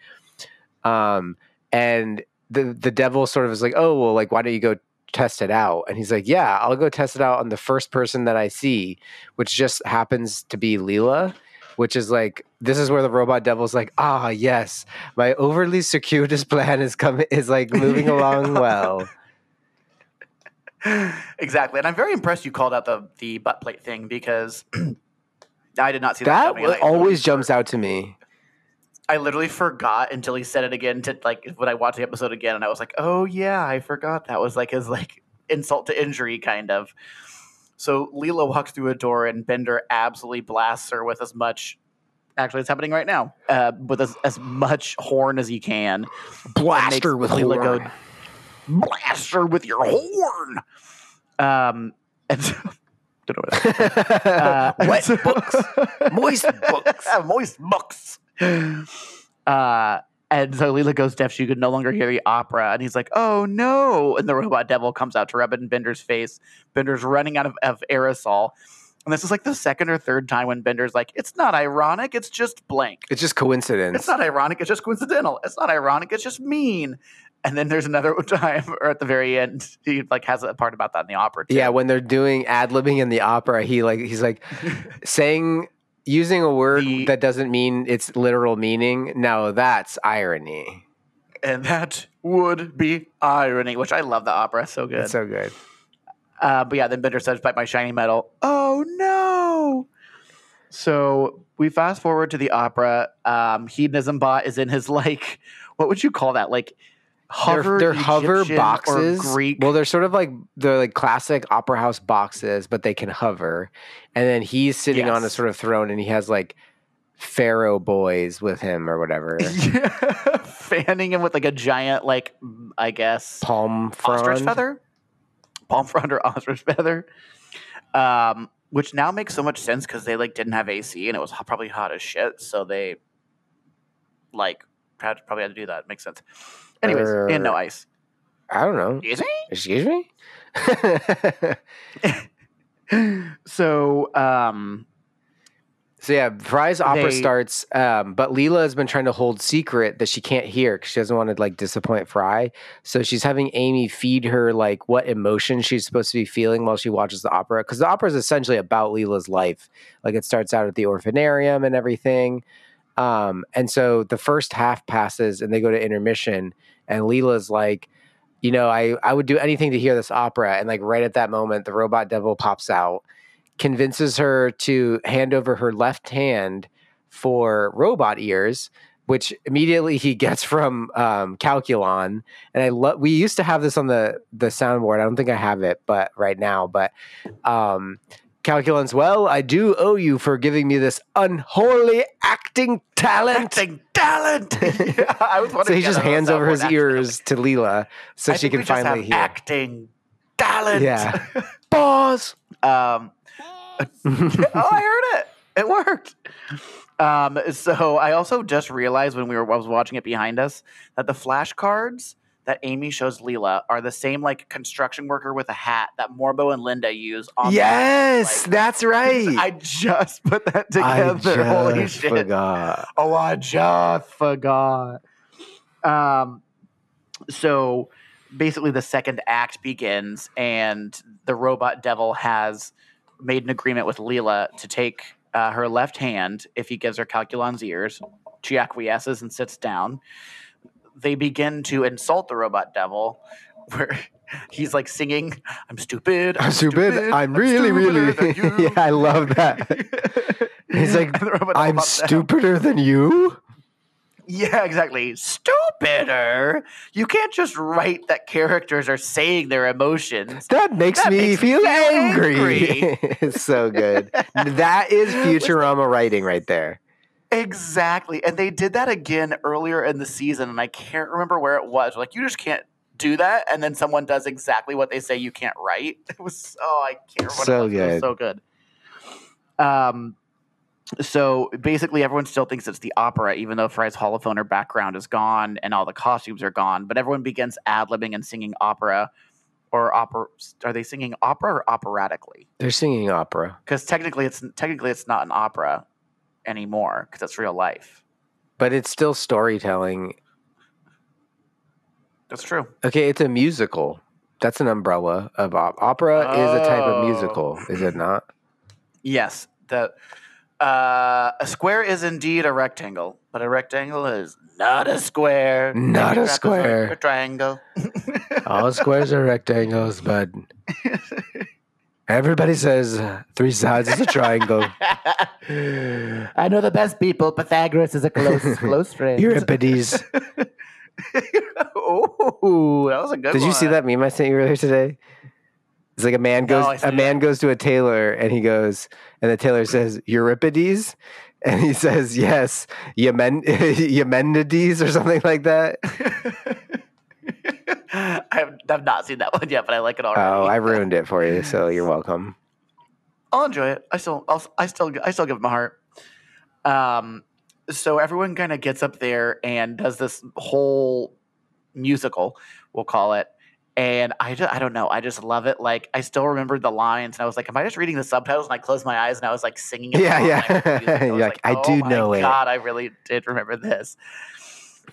D: Um, and the the devil sort of is like, oh well, like why don't you go test it out? And he's like, yeah, I'll go test it out on the first person that I see, which just happens to be Leela. Which is like this is where the robot devil's like, ah, yes, my overly circuitous plan is coming is like moving along well.
C: exactly, and I'm very impressed you called out the the butt plate thing because I did not see that.
D: That
C: coming, and I-
D: always jumps out to me.
C: I literally forgot until he said it again to like when I watched the episode again, and I was like, "Oh yeah, I forgot." That was like his like insult to injury, kind of. So Leela walks through a door, and Bender absolutely blasts her with as much. Actually, it's happening right now. Uh, with as, as much horn as he can.
E: Blast
C: makes
E: her with
C: Leela
E: horn.
C: go, blast her with your horn. Um, and don't know what that uh,
E: Wet
C: so-
E: books. Moist books.
C: moist books. Uh, and so Leela goes deaf. She could no longer hear the opera. And he's like, oh no. And the robot devil comes out to rub it in Bender's face. Bender's running out of, of aerosol. And this is like the second or third time when Bender's like, it's not ironic. It's just blank.
D: It's just coincidence.
C: It's not ironic. It's just coincidental. It's not ironic. It's just mean. And then there's another time, or at the very end, he like has a part about that in the opera. Too.
D: Yeah, when they're doing ad libbing in the opera, he like he's like saying using a word
C: The-
D: that doesn't mean its literal meaning. Now that's irony.
C: and that would be irony. Which I love the opera. So good.
D: It's so good.
C: Uh, but yeah, then Bender says, "Bite my shiny metal." Oh no! So we fast forward to the opera. Um, Hedonism Bot is in his like, what would you call that? Like hover,
D: they're, they're hover
C: Egyptian or
D: boxes.
C: Greek.
D: Well, they're sort of like they're like classic opera house boxes, but they can hover. And then he's sitting on a
C: Yes.
D: sort of throne, and he has like pharaoh boys with him or whatever.
C: yeah, fanning him with like a giant, like I guess
D: Palm frond.
C: ostrich feather, palm frond or ostrich feather, um, which now makes so much sense because they like didn't have AC and it was ho- probably hot as shit, so they like had, probably had to do that. Makes sense. Anyways, and no
D: Err.
C: ice.
D: I don't know.
C: Is it?
D: Excuse me.
C: So, um,
D: So yeah, Fry's opera
C: They-
D: starts, um, but Leela has been trying to hold secret that she can't hear because she doesn't want to like disappoint Fry. So she's having Amy feed her like what emotion she's supposed to be feeling while she watches the opera because the opera is essentially about Leela's life. Like it starts out at the orphanarium and everything, um, and so the first half passes and they go to intermission, and Leela's like. You know, I, I would do anything to hear this opera. And like right at that moment, the robot devil pops out convinces her to hand over her left hand for robot ears, which immediately he gets from um, Calculon. And I love. We used to have this on the the soundboard. I don't think I have it, but right now, but um, Calculon's. Well, I do owe you for giving me this unholy acting talent.
C: acting talent. yeah, I was
D: so
C: wondering
D: he
C: if
D: just
C: that was
D: hands
C: that
D: over
C: one,
D: his
C: actually.
D: ears to Leela so
C: I
D: she
C: think
D: can
C: we just have
D: finally hear.
C: acting talent.
D: Yeah. Pause.
C: Um, oh, I heard it. It worked. Um, so I also just realized when we were I was watching it behind us that the flashcards that Amy shows Leela are the same like construction worker with a hat that Morbo and Linda use on the-
D: yes,
C: like-
D: that's right.
C: I just put that
D: I
C: together. Holy
D: just
C: shit.
D: forgot.
C: Oh, I just forgot. Um, so basically, the second act begins, and the robot devil has made an agreement with Leela to take uh, her left hand if he gives her Calculon's ears. She acquiesces and sits down. They begin to insult the robot devil, where he's like singing, "I'm stupid, I'm,
D: stupid. I'm, really,
C: stupider than
D: really.
C: you."
D: yeah, I love that. He's like,
C: And the robot
D: I'm
C: pops down.
D: stupider than you.
C: Yeah, exactly. Stupider. You can't just write that characters are saying their emotions.
D: That makes
C: That
D: me
C: makes me
D: feel
C: feel
D: angry.
C: angry.
D: it's so good. that is Futurama writing right there.
C: Exactly. And they did that again earlier in the season, and I can't remember where it was. Like, you just can't do that. And then someone does exactly what they say you can't write. It was, oh, I can't remember.
D: So
C: what it was. It was
D: good.
C: so good. Um, so basically, everyone still thinks it's the opera, even though Fry's holophoner background is gone and all the costumes are gone. But everyone begins ad libbing and singing opera, or opera. Are they singing opera or operatically?
D: They're singing opera,
C: Because technically, it's technically it's not an opera anymore because it's real life.
D: but it's still storytelling.
C: That's true.
D: Okay, it's a musical. That's an umbrella of op- opera is a type of
C: Oh.
D: musical, is it not?
C: Yes, the uh, a square is indeed a rectangle, but a rectangle is not a square.
D: Not a
C: trapezoid,
D: square.
C: A triangle.
D: All squares are rectangles, but Everybody says uh, three sides is a triangle.
C: I know the best people. Pythagoras is a close close friend.
D: Euripides.
C: oh, that was a good.
D: Did you see
C: one.
D: that meme I sent you earlier today? It's like a man
C: No,
D: goes
C: I
D: a
C: see
D: man goes to a tailor and he goes and the tailor says Euripides and he says yes Yemen Yemenides or something like that.
C: I've, I've not seen that one yet, but I like it already.
D: Oh, I ruined it for you, so you're welcome.
C: I'll enjoy it. I still, I'll, I still, I still give him a heart. Um, so everyone kind of gets up there and does this whole musical, we'll call it. And I, ju- I don't know. I just love it. Like I still remembered the lines, and I was like, "Am I just reading the subtitles?" And I closed my eyes, and I was like singing.
D: Yeah,
C: along,
D: yeah.
C: like, the music. I was
D: You're like, "I do
C: "Oh my
D: know it."
C: God, I really did remember this.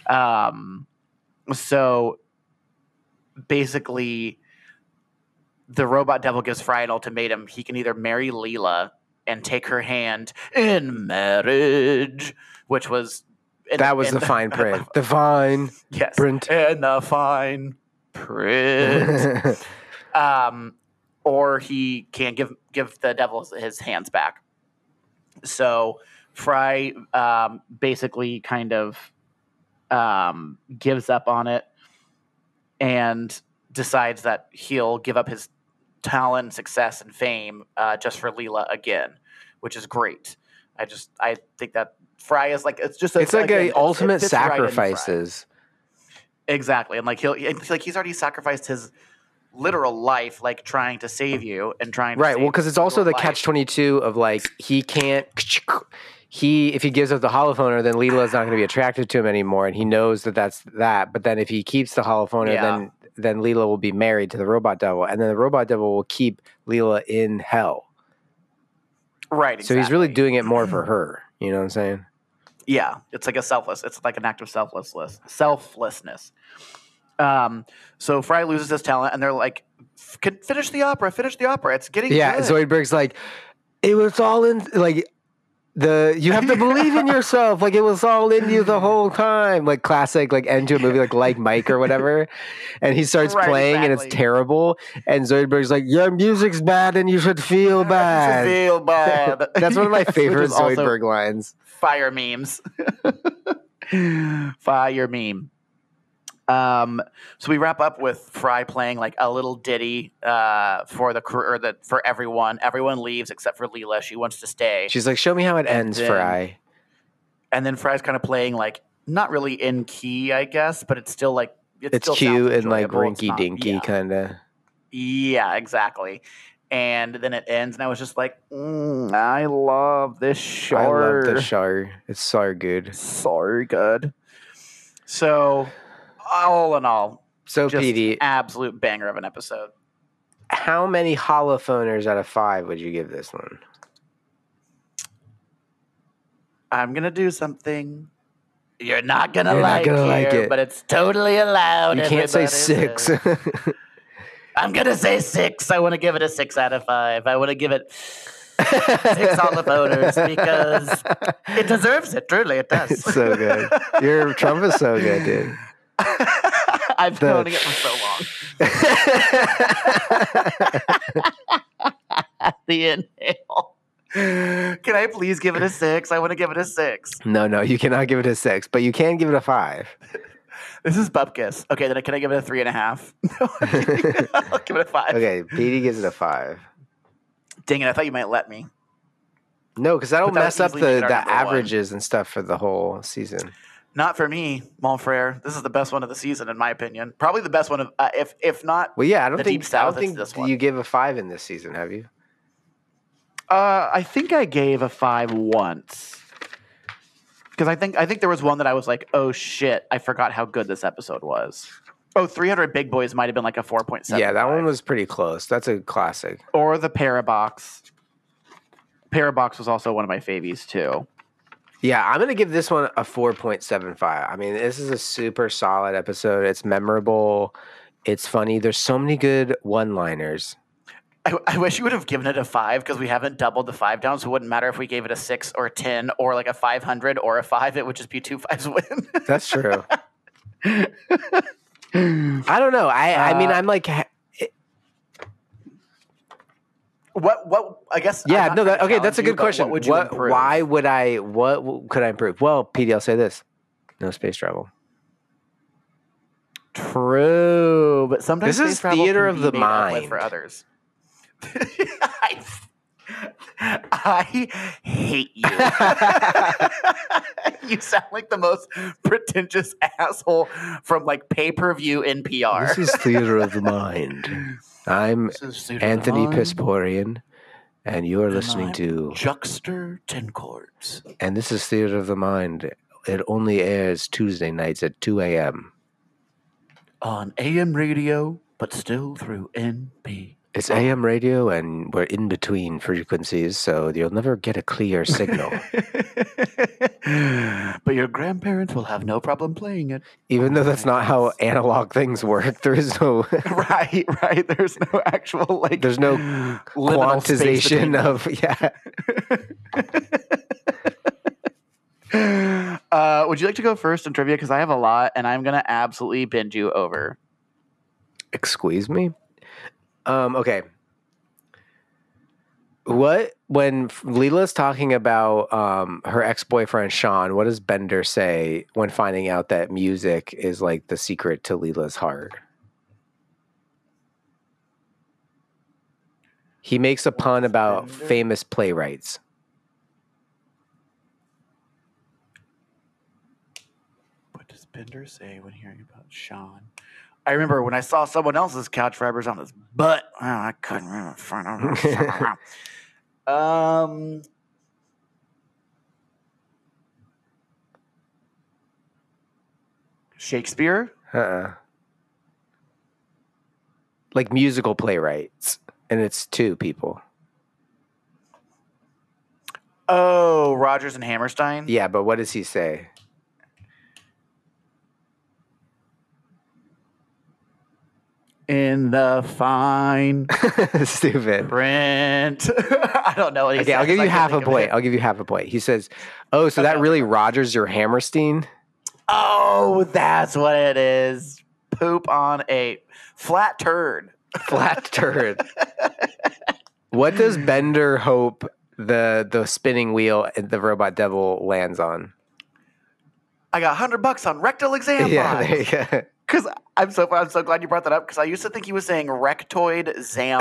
C: Um, so basically, the robot devil gives Fry an ultimatum. He can either marry Leela and take her hand in marriage, which was in-
D: That was
C: in
D: the fine print. The fine
C: yes,
D: print.
C: in the fine print. um, or he can give give the devil his- his hands back. So Fry um, basically kind of um, gives up on it and decides that he'll give up his talent, success, and fame uh, just for Leela again, which is great. I just I think that Fry is like it's just
D: it's like
C: again,
D: a
C: it- it
D: ultimate
C: fits right in Fry.
D: sacrifices.
C: Exactly, and like he'll and it's like he's already sacrificed his literal life, like trying to save you and trying to
D: right
C: save
D: well because it's also
C: your
D: the
C: life.
D: catch 22 of like he can't he if he gives up the holophoner then Leela's not going to be attracted to him anymore and he knows that that's that but then if he keeps the holophoner
C: Yeah.
D: then then Leela will be married to the robot devil and then the robot devil will keep Leela in hell
C: Right,
D: so he's really
C: exactly.
D: doing it more for her you know what I'm saying
C: yeah. It's like a selfless. It's like an act of selflessness. Selflessness. Um. So Fry loses his talent, and they're like, "F- can- "Finish the opera. Finish the opera. It's getting
D: yeah
C: Good.
D: and Zoidberg's like it was all in like the you have to believe in yourself like it was all in you the whole time like classic like end to a movie like like mike or whatever and he starts
C: Right,
D: playing and it's
C: exactly.
D: terrible and zoidberg's like your music's bad and you should feel
C: I
D: bad
C: feel bad.
D: that's one of my
C: Yes, which
D: favorite
C: is also
D: zoidberg lines
C: fire memes. fire meme. Um, so we wrap up with Fry playing like a little ditty uh, for the crew or the, for everyone. Everyone leaves except for Leela. She wants to stay.
D: she's like show me how it
C: And
D: ends
C: then-
D: fry
C: and then Fry's kind of playing like not really in key, I guess, but it's still like it
D: it's
C: still sounds
D: cute and like
C: enjoyable. It's
D: rinky
C: not-
D: dinky
C: Yeah.
D: kind of
C: Yeah, exactly. And then it ends, and I was just like, mm, I love this
D: i love
C: short.
D: the char it's so good
C: Sorry, good. So, all in all,
D: so
C: just
D: Petey,
C: absolute banger of an episode.
D: how many holophoners out of five would you give this one
C: I'm gonna do something. You're not gonna,
D: You're not
C: like,
D: gonna like
C: here,
D: it.
C: but it's totally allowed.
D: you can't say
C: everybody
D: six
C: I'm gonna say six. I want to give it a six out of five. I want to give it six on the voters because it deserves it. Truly, it does.
D: It's so good. Your Trump is so good, dude.
C: I've
D: The-
C: been owning it for so long. The inhale. Can I please give it a six? I want to give it a six.
D: no, no, you cannot give it a six, but you can give it a five.
C: This is Bupkis. Okay, then can I give it a three and a half? No, I'm kidding. I'll give it a five.
D: Okay, Petey gives it a five.
C: Dang it! I thought you might let me.
D: No, because that'll
C: But that would
D: mess up the,
C: easily make it our
D: the
C: number one.
D: averages and stuff for the whole season.
C: Not for me, Monfrere. This is the best one of the season, in my opinion. Probably the best one of, uh, if if not,
D: Well, yeah, I don't
C: The
D: think
C: Deep
D: I
C: South
D: don't
C: is
D: think
C: this
D: you
C: one.
D: give a five in this season, have you?
C: uh, I think I gave a five once because I think I think there was one that I was like, oh shit, I forgot how good this episode was. Oh, 300 Big Boys might have been like a 4.7.
D: Yeah, that one was pretty close. That's a classic.
C: Or the Parabox. Parabox was also one of my favies too.
D: Yeah, I'm gonna give this one a 4.75. I mean, this is a super solid episode. It's memorable. It's funny. There's so many good one-liners.
C: I, I wish you would have given it a five because we haven't doubled the five down, so it wouldn't matter if we gave it a six or a ten or like a five hundred or a five. It would just be two fives win.
D: That's true. I don't know. I I mean,
C: Uh,
D: I'm like, ha-
C: what what I guess I'm
D: Yeah,
C: not
D: no,
C: trying
D: that,
C: to
D: okay, that's a
C: challenge you,
D: good
C: but
D: question.
C: What would you
D: What-
C: improve?
D: why would I? What w- could I improve? Well, PD, I'll say this: no space travel.
C: True, but sometimes
D: This
C: space
D: is
C: travel
D: theater
C: can
D: of
C: be
D: the
C: made up with
D: mind.
C: for others. I, I hate you. you sound like the most pretentious asshole from like pay per view NPR.
D: This is theater of the mind. I'm
C: This is theater of the
D: Anthony
C: mind.
D: Pisporian, and you are listening
C: I'm
D: to,
C: Juxter Ten Chords.
D: and this is theater of the mind. It only airs Tuesday nights at 2 a.m.
C: on AM radio, but still through NP.
D: It's AM radio, and we're in between frequencies, so you'll never get a clear signal.
C: but your grandparents will have no problem playing it.
D: Even though that's not how analog things work, there is no
C: right, right. There's no actual like
D: there's no
C: liminal space between
D: quantization of yeah.
C: them. Uh, would you like to go first in trivia? Because I have a lot, and I'm gonna absolutely bend you over.
D: Excuse me. Um. Okay. What when F- Leela's talking about um her ex boyfriend Sean? What does Bender say when finding out that music is like the secret to Leela's heart? He makes a pun about famous playwrights.
C: What does Bender say when hearing about Sean? I remember when I saw someone else's couch fibers on his butt. Oh, I couldn't remember. um. Shakespeare?
D: Uh-uh. Like musical playwrights, and it's two people.
C: Oh, Rogers and Hammerstein?
D: Yeah, but what does he say?
C: In the fine
D: Stupid.
C: print. I don't know what he
D: Okay, I'll
C: says.
D: give
C: I
D: you
C: can't
D: half a
C: think of
D: point.
C: it.
D: I'll give you half a point. He says, "Oh, so that really Rogers your Hammerstein?"
C: Oh, that's what it is. Poop on a flat turd.
D: Flat turd. what does Bender hope the the spinning wheel and the robot devil lands on?
C: I got hundred bucks on rectal exam
D: yeah,
C: yeah,
D: there you go.
C: Because I'm so I'm so glad you brought that up because I used to think he was saying rectoid zam.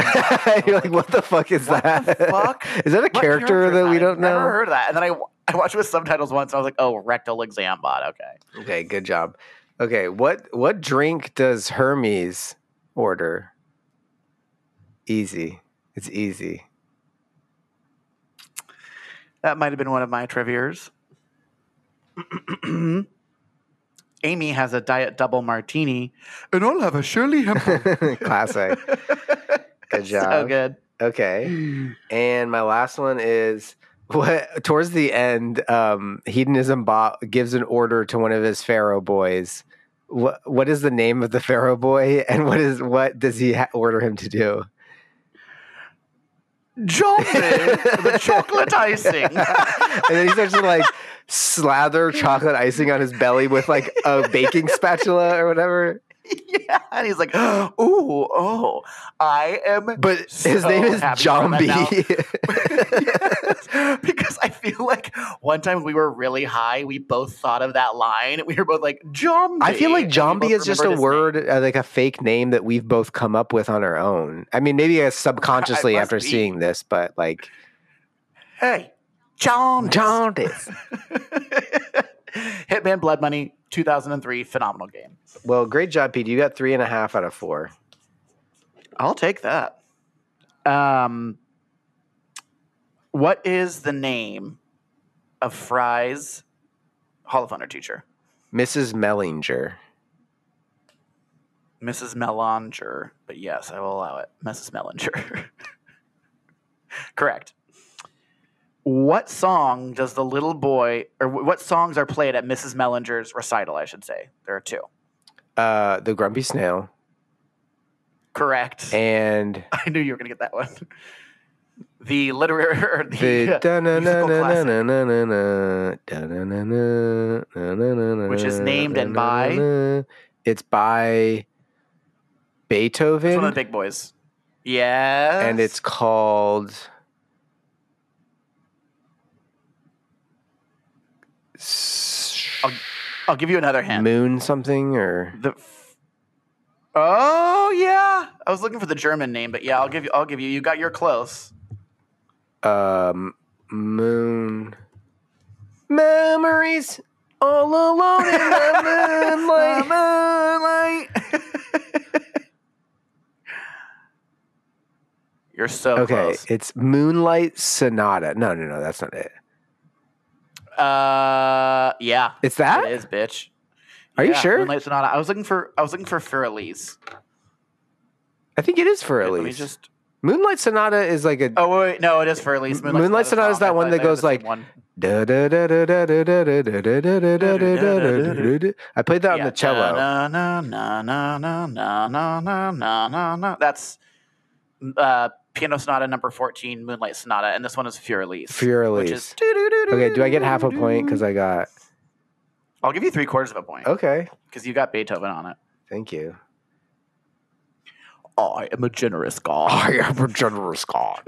D: You're like, what the fuck is
C: What
D: that?
C: the fuck?
D: Is that a
C: What
D: character
C: is
D: that we don't
C: I've Never
D: know?
C: heard of that. And then I I watched it with subtitles once and I was like, oh, rectal exam bot. Okay.
D: Okay, good job. Okay, what what drink does Hermes order? Easy. It's easy.
C: That might have been one of my triviers. Amy has a diet double martini, and I'll have a Shirley Hempel.
D: Classic. Good job.
C: so good.
D: Okay. And my last one is what towards the end, um, hedonism bot gives an order to one of his pharaoh boys. What what is the name of the pharaoh boy, and what is what does he ha- order him to do?
C: Jolton, the chocolate icing.
D: and then he starts to like slather chocolate icing on his belly with like a baking spatula or whatever.
C: yeah. And he's like, ooh, oh, I am
D: But his
C: So
D: name is
C: happy for him now.
D: Jambi.
C: Yes, because I feel like one time we were really high, we both thought of that line. We were both like, Jombie.
D: I feel
C: and we
D: like
C: both
D: zombie is just a
C: remembered his name.
D: word, uh, like a fake name that we've both come up with on our own. I mean, maybe uh, subconsciously
C: must
D: after
C: be.
D: seeing this, but like
C: Hey, John.
D: jaundice.
C: Hitman Blood Money, 2003, phenomenal game.
D: well, great job, Pete. You got three and a half out of four.
C: I'll take that. Um, what is the name of Fry's Hall of Honor teacher?
D: Mrs. Mellinger.
C: Mrs. Melanger, but yes, I will allow it. Mrs. Melanger. Correct. What song does the little boy, or wh- what songs are played at Mrs. Melanger's recital, I should say? There are two.
D: Uh, the grumpy snail
C: Correct.
D: Eh. and
C: I knew you were going to get that one. The literary, or the,
D: the
C: uh, musical classic.
D: which
C: Which is named and by?
D: it's by
C: It's one
D: Beethoven.
C: of the big boys. Yeah.
D: and it's called
C: I'll give you another hint.
D: Moon something or
C: The f- Oh yeah. I was looking for the German name, but yeah, I'll give you I'll give you. You got your close.
D: um Moon Memories all alone in the moonlight.
C: You're so
D: Okay,
C: close.
D: it's Moonlight Sonata. No, no, no, that's not it.
C: Uh yeah.
D: It's that?
C: It is, bitch.
D: Are you
C: Yeah,
D: sure?
C: Moonlight Sonata. I was looking for I was looking for Feralise.
D: I think it is for Elise.
C: Let me just
D: Moonlight Sonata is like a
C: Oh wait, no, it is Feralise.
D: Moonlight Sonata is that
C: I
D: one
C: thought
D: that
C: they were
D: goes
C: the same
D: like-
C: one.
D: da da da da da da da da da da da da da da da da. I played that on the cello.
C: Na na na na na na na na na na na. That's uh, piano sonata number fourteen, Moonlight Sonata, and this one is Furelise.
D: Fear
C: Which
D: Elise.
C: is doo-doo-doo-doo-doo.
D: Okay, do I get half a point Oh. because I got
C: I'll give you three quarters of a point
D: okay?
C: because you got Beethoven on it.
D: Thank you.
C: I am a generous god.
E: I am a generous god.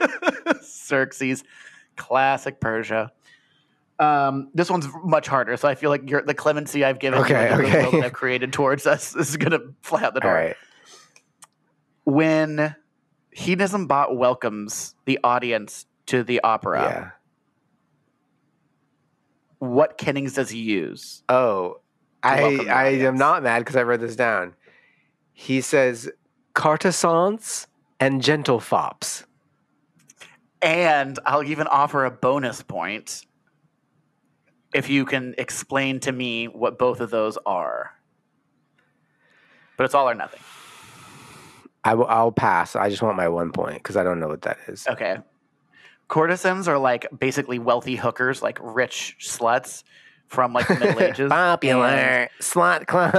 C: Xerxes, classic Persia. Um, this one's much harder, so I feel like your the clemency I've given
D: Okay,
C: you and the
D: okay.
C: goodwill that I've created towards us is gonna fly out the
D: All
C: door.
D: right.
C: when Hedonism Bot welcomes the audience to the opera,
D: Yeah.
C: what kennings does he use?
D: Oh,
C: welcome
D: I
C: the
D: I am
C: audience.
D: not mad because I wrote this down. He says cartesans and gentle fops.
C: And I'll even offer a bonus point if you can explain to me what both of those are. But it's all or nothing.
D: I will, I'll pass. I just want my one point because I don't know what that is.
C: Okay. Courtesans are like basically wealthy hookers, like rich sluts from like the Middle Ages. And-
D: Popular slot club.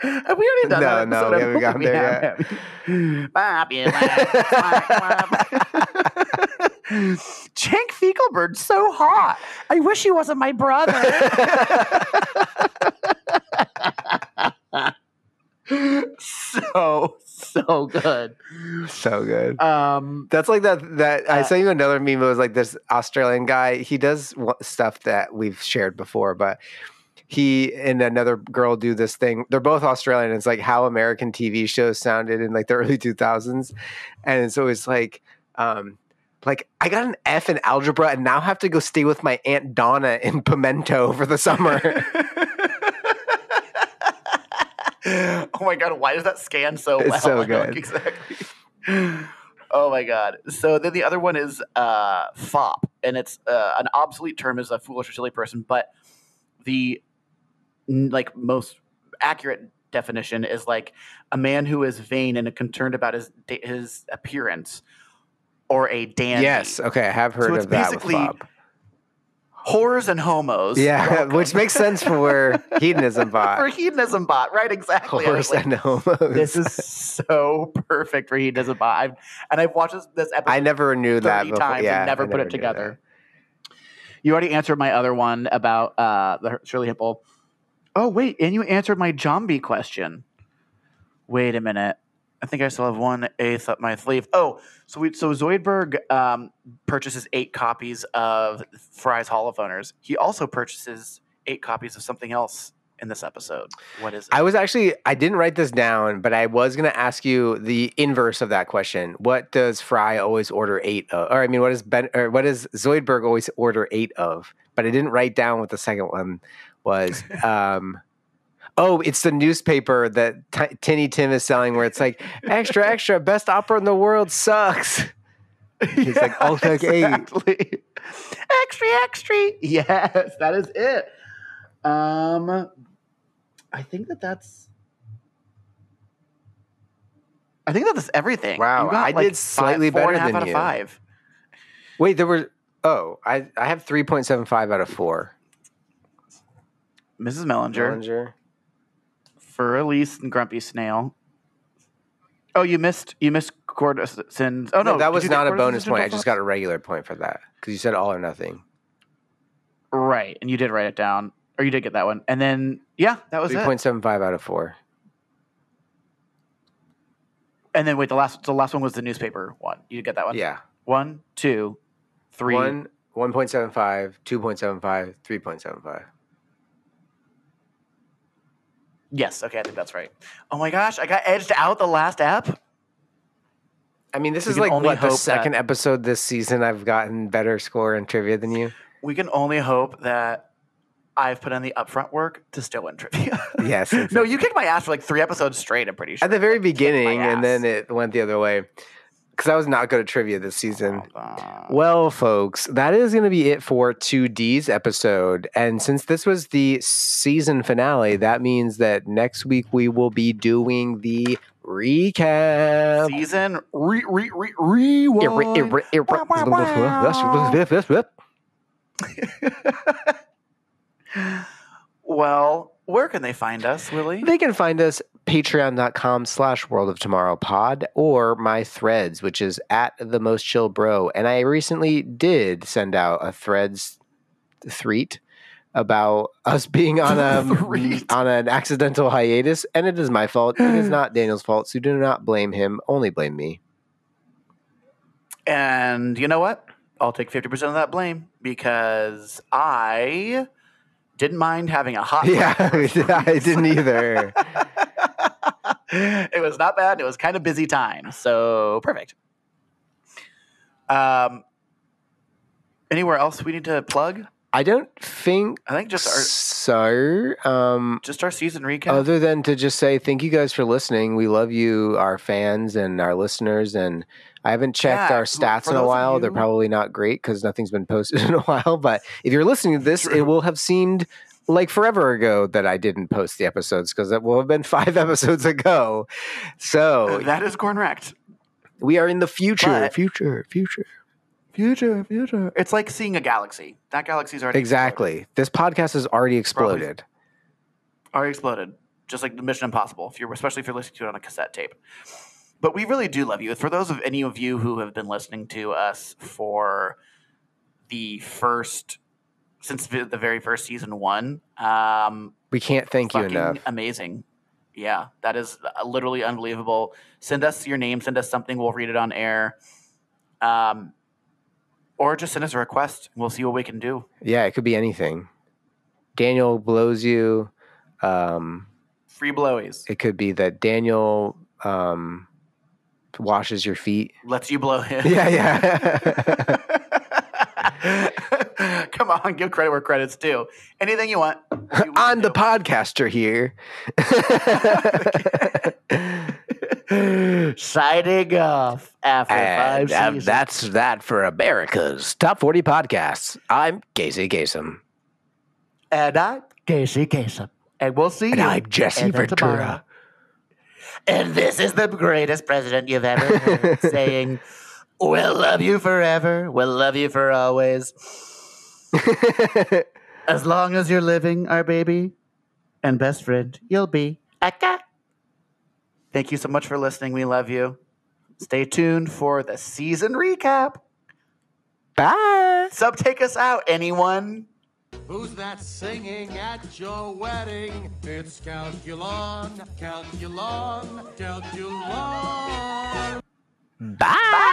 C: Have we already done
D: No,
C: that?
D: no,
C: episode?
D: we
C: I'm
D: haven't gotten
C: hoping we
D: there
C: haven't. Popular. Quack, quack. Cenk Fiegelbird's so hot. I wish he wasn't my brother. so so good.
D: so good.
C: Um,
D: That's like that. That I
C: Uh,
D: sent you another meme. It was like this Australian guy. He does wa- stuff that we've shared before, but he and another girl do this thing. They're both Australian. It's like how American TV shows sounded in like the early two thousands, and so it's like, um, like I got an F in algebra, and now have to go stay with my aunt Donna in Pimento for the summer.
C: oh my god, why does that scan so
D: It's
C: well?
D: so
C: I don't
D: good.
C: exactly. Oh my god. So then the other one is uh, fop, and it's uh, an obsolete term is a foolish or silly person, but the n- like most accurate definition is like a man who is vain and concerned about his da- his appearance, or a dandy.
D: yes. Okay, I have heard
C: it's
D: of that. With
C: basically
D: Bob.
C: whores and homos.
D: Yeah, which makes sense for hedonism bot.
C: for hedonism bot, right? Exactly. I was
D: Horse
C: like,
D: and homos.
C: this is so perfect for hedonism bot. I've, and I've watched this, this episode.
D: I never knew that
C: 30
D: before.
C: times
D: yeah,
C: and never
D: I
C: put it
D: knew
C: together. You already answered my other one about uh, the Shirley Hipple. Oh, wait. And you answered my zombie question. Wait a minute. I think I still have one eighth up my sleeve. Oh, so we, so Zoidberg um, purchases eight copies of Fry's Hall of Owners. He also purchases eight copies of something else in this episode. What is it?
D: that. I was actually I didn't write this down, but I was going to ask you the inverse of that question. What does Fry always order eight of? Or I mean, what is Ben? Or what does Zoidberg always order eight of? But I didn't write down what the second one was. Um, oh, it's the newspaper that Ti Tinny Tim is selling, where it's like extra, extra, best opera in the world sucks. He's like, I'll take eight.
C: eight. "Oh, extra, extra. Yes, that is it. Um, I think that that's. I think that that's everything.
D: Wow,
C: You got,
D: I did slightly
C: four and a
D: better
C: half
D: than
C: out of
D: you.
C: Five.
D: Wait, there were. Oh, I I have three point seven five out of four.
C: Mrs. Mellinger,
D: Dillinger.
C: for Elise and Grumpy Snail. Oh, you missed. You missed courtesans. Oh no,
D: that
C: did
D: was
C: you get
D: not a
C: courtesans
D: bonus
C: and
D: point. I
C: Gentle
D: just
C: Fox?
D: got a regular point for that because you said all or nothing.
C: right, and you did write it down, or you did get that one, and then yeah, that was
D: Three
C: it.
D: point seven five out of four.
C: and then wait, the last the last one was the newspaper one. You get that one?
D: Yeah.
C: One, two, three.
D: One, 1.75, 2.75, 3.75.
C: Yes. Okay, I think that's right. Oh my gosh, I got edged out the last app.
D: I mean, this
C: We
D: is
C: can
D: like
C: only
D: what the
C: hope
D: second episode this season I've gotten better score in trivia than you.
C: We can only hope that I've put in the upfront work to still win trivia.
D: Yes.
C: no, you kicked my ass for like three episodes straight. I'm pretty sure.
D: at the very beginning,
C: my
D: and then it went the other way because I was not good at trivia this season.
C: Uh,
D: Well, folks, that is going to be it for 2D's episode. And since this was the season finale, that means that next week we will be doing the recap.
C: Season re re re rewind. Well, where can they find us, Willie?
D: They can find us patreon.com slash world of tomorrow pod or my threads, which is at the most chill bro. And I recently did send out a threads threat about us being on a
C: Threat.
D: on an accidental hiatus, and it is my fault. It is not Daniel's fault, so do not blame him, only blame me.
C: And you know what? I'll take 50% of that blame because I didn't mind having a hot
D: Yeah, I didn't either.
C: it was not bad. It was kind of busy time. So perfect. Um, anywhere else we need to plug?
D: I don't think
C: I think just our
D: so. Um
C: just our season recap.
D: Other than to just say thank you guys for listening. We love you, our fans and our listeners. And I haven't checked
C: Yeah,
D: our
C: who-
D: stats
C: for
D: in
C: those
D: a
C: of
D: while. They're
C: you-
D: probably not great because nothing's been posted in a while. But if you're listening to this, it
C: True.
D: will have seemed like forever ago that I didn't post the episodes because that will have been five episodes ago. So
C: that is correct.
D: we are in the future,
C: But-
D: future, future.
C: Future, future. It's like seeing a galaxy. That galaxy's already
D: Exactly. This podcast has already exploded.
C: exploded. already exploded, just like the Mission Impossible. If you're especially if you're listening to it on a cassette tape. But we really do love you. For those of any of you who have been listening to us for the first since the the very first season one, um,
D: We can't thank you
C: fucking
D: enough.
C: Amazing. Yeah, that is uh, literally unbelievable. Send us your name, send us something, we'll read it on air. Um, or just send us a request. We'll see what we can do.
D: Yeah, it could be anything. Daniel blows you. Um,
C: Free blowies.
D: it could be that Daniel um, washes your feet.
C: Let's you blow him.
D: Yeah, yeah.
C: Come on, give credit where credit's due. Anything you want. you- we can
D: I'm the
C: do.
D: podcaster here.
C: signing off after
D: and
C: five
D: um,
C: seasons.
D: that's that for America's Top 40 Podcasts. I'm Casey Kasem.
C: and I, Casey Kasem. And we'll see
D: And
C: you.
D: I'm Jesse
C: Until tomorrow.
D: Ventura.
C: And this is the greatest president you've ever heard saying, We'll love you forever. We'll love you for always. As long as you're living, our baby and best friend, you'll be. Aka. Thank you so much for listening. We love you. Stay tuned for the season recap.
D: Bye.
C: Sub take us out, anyone.
F: Who's that singing at your wedding? It's Calculon, Calculon, Calculon.
D: Bye.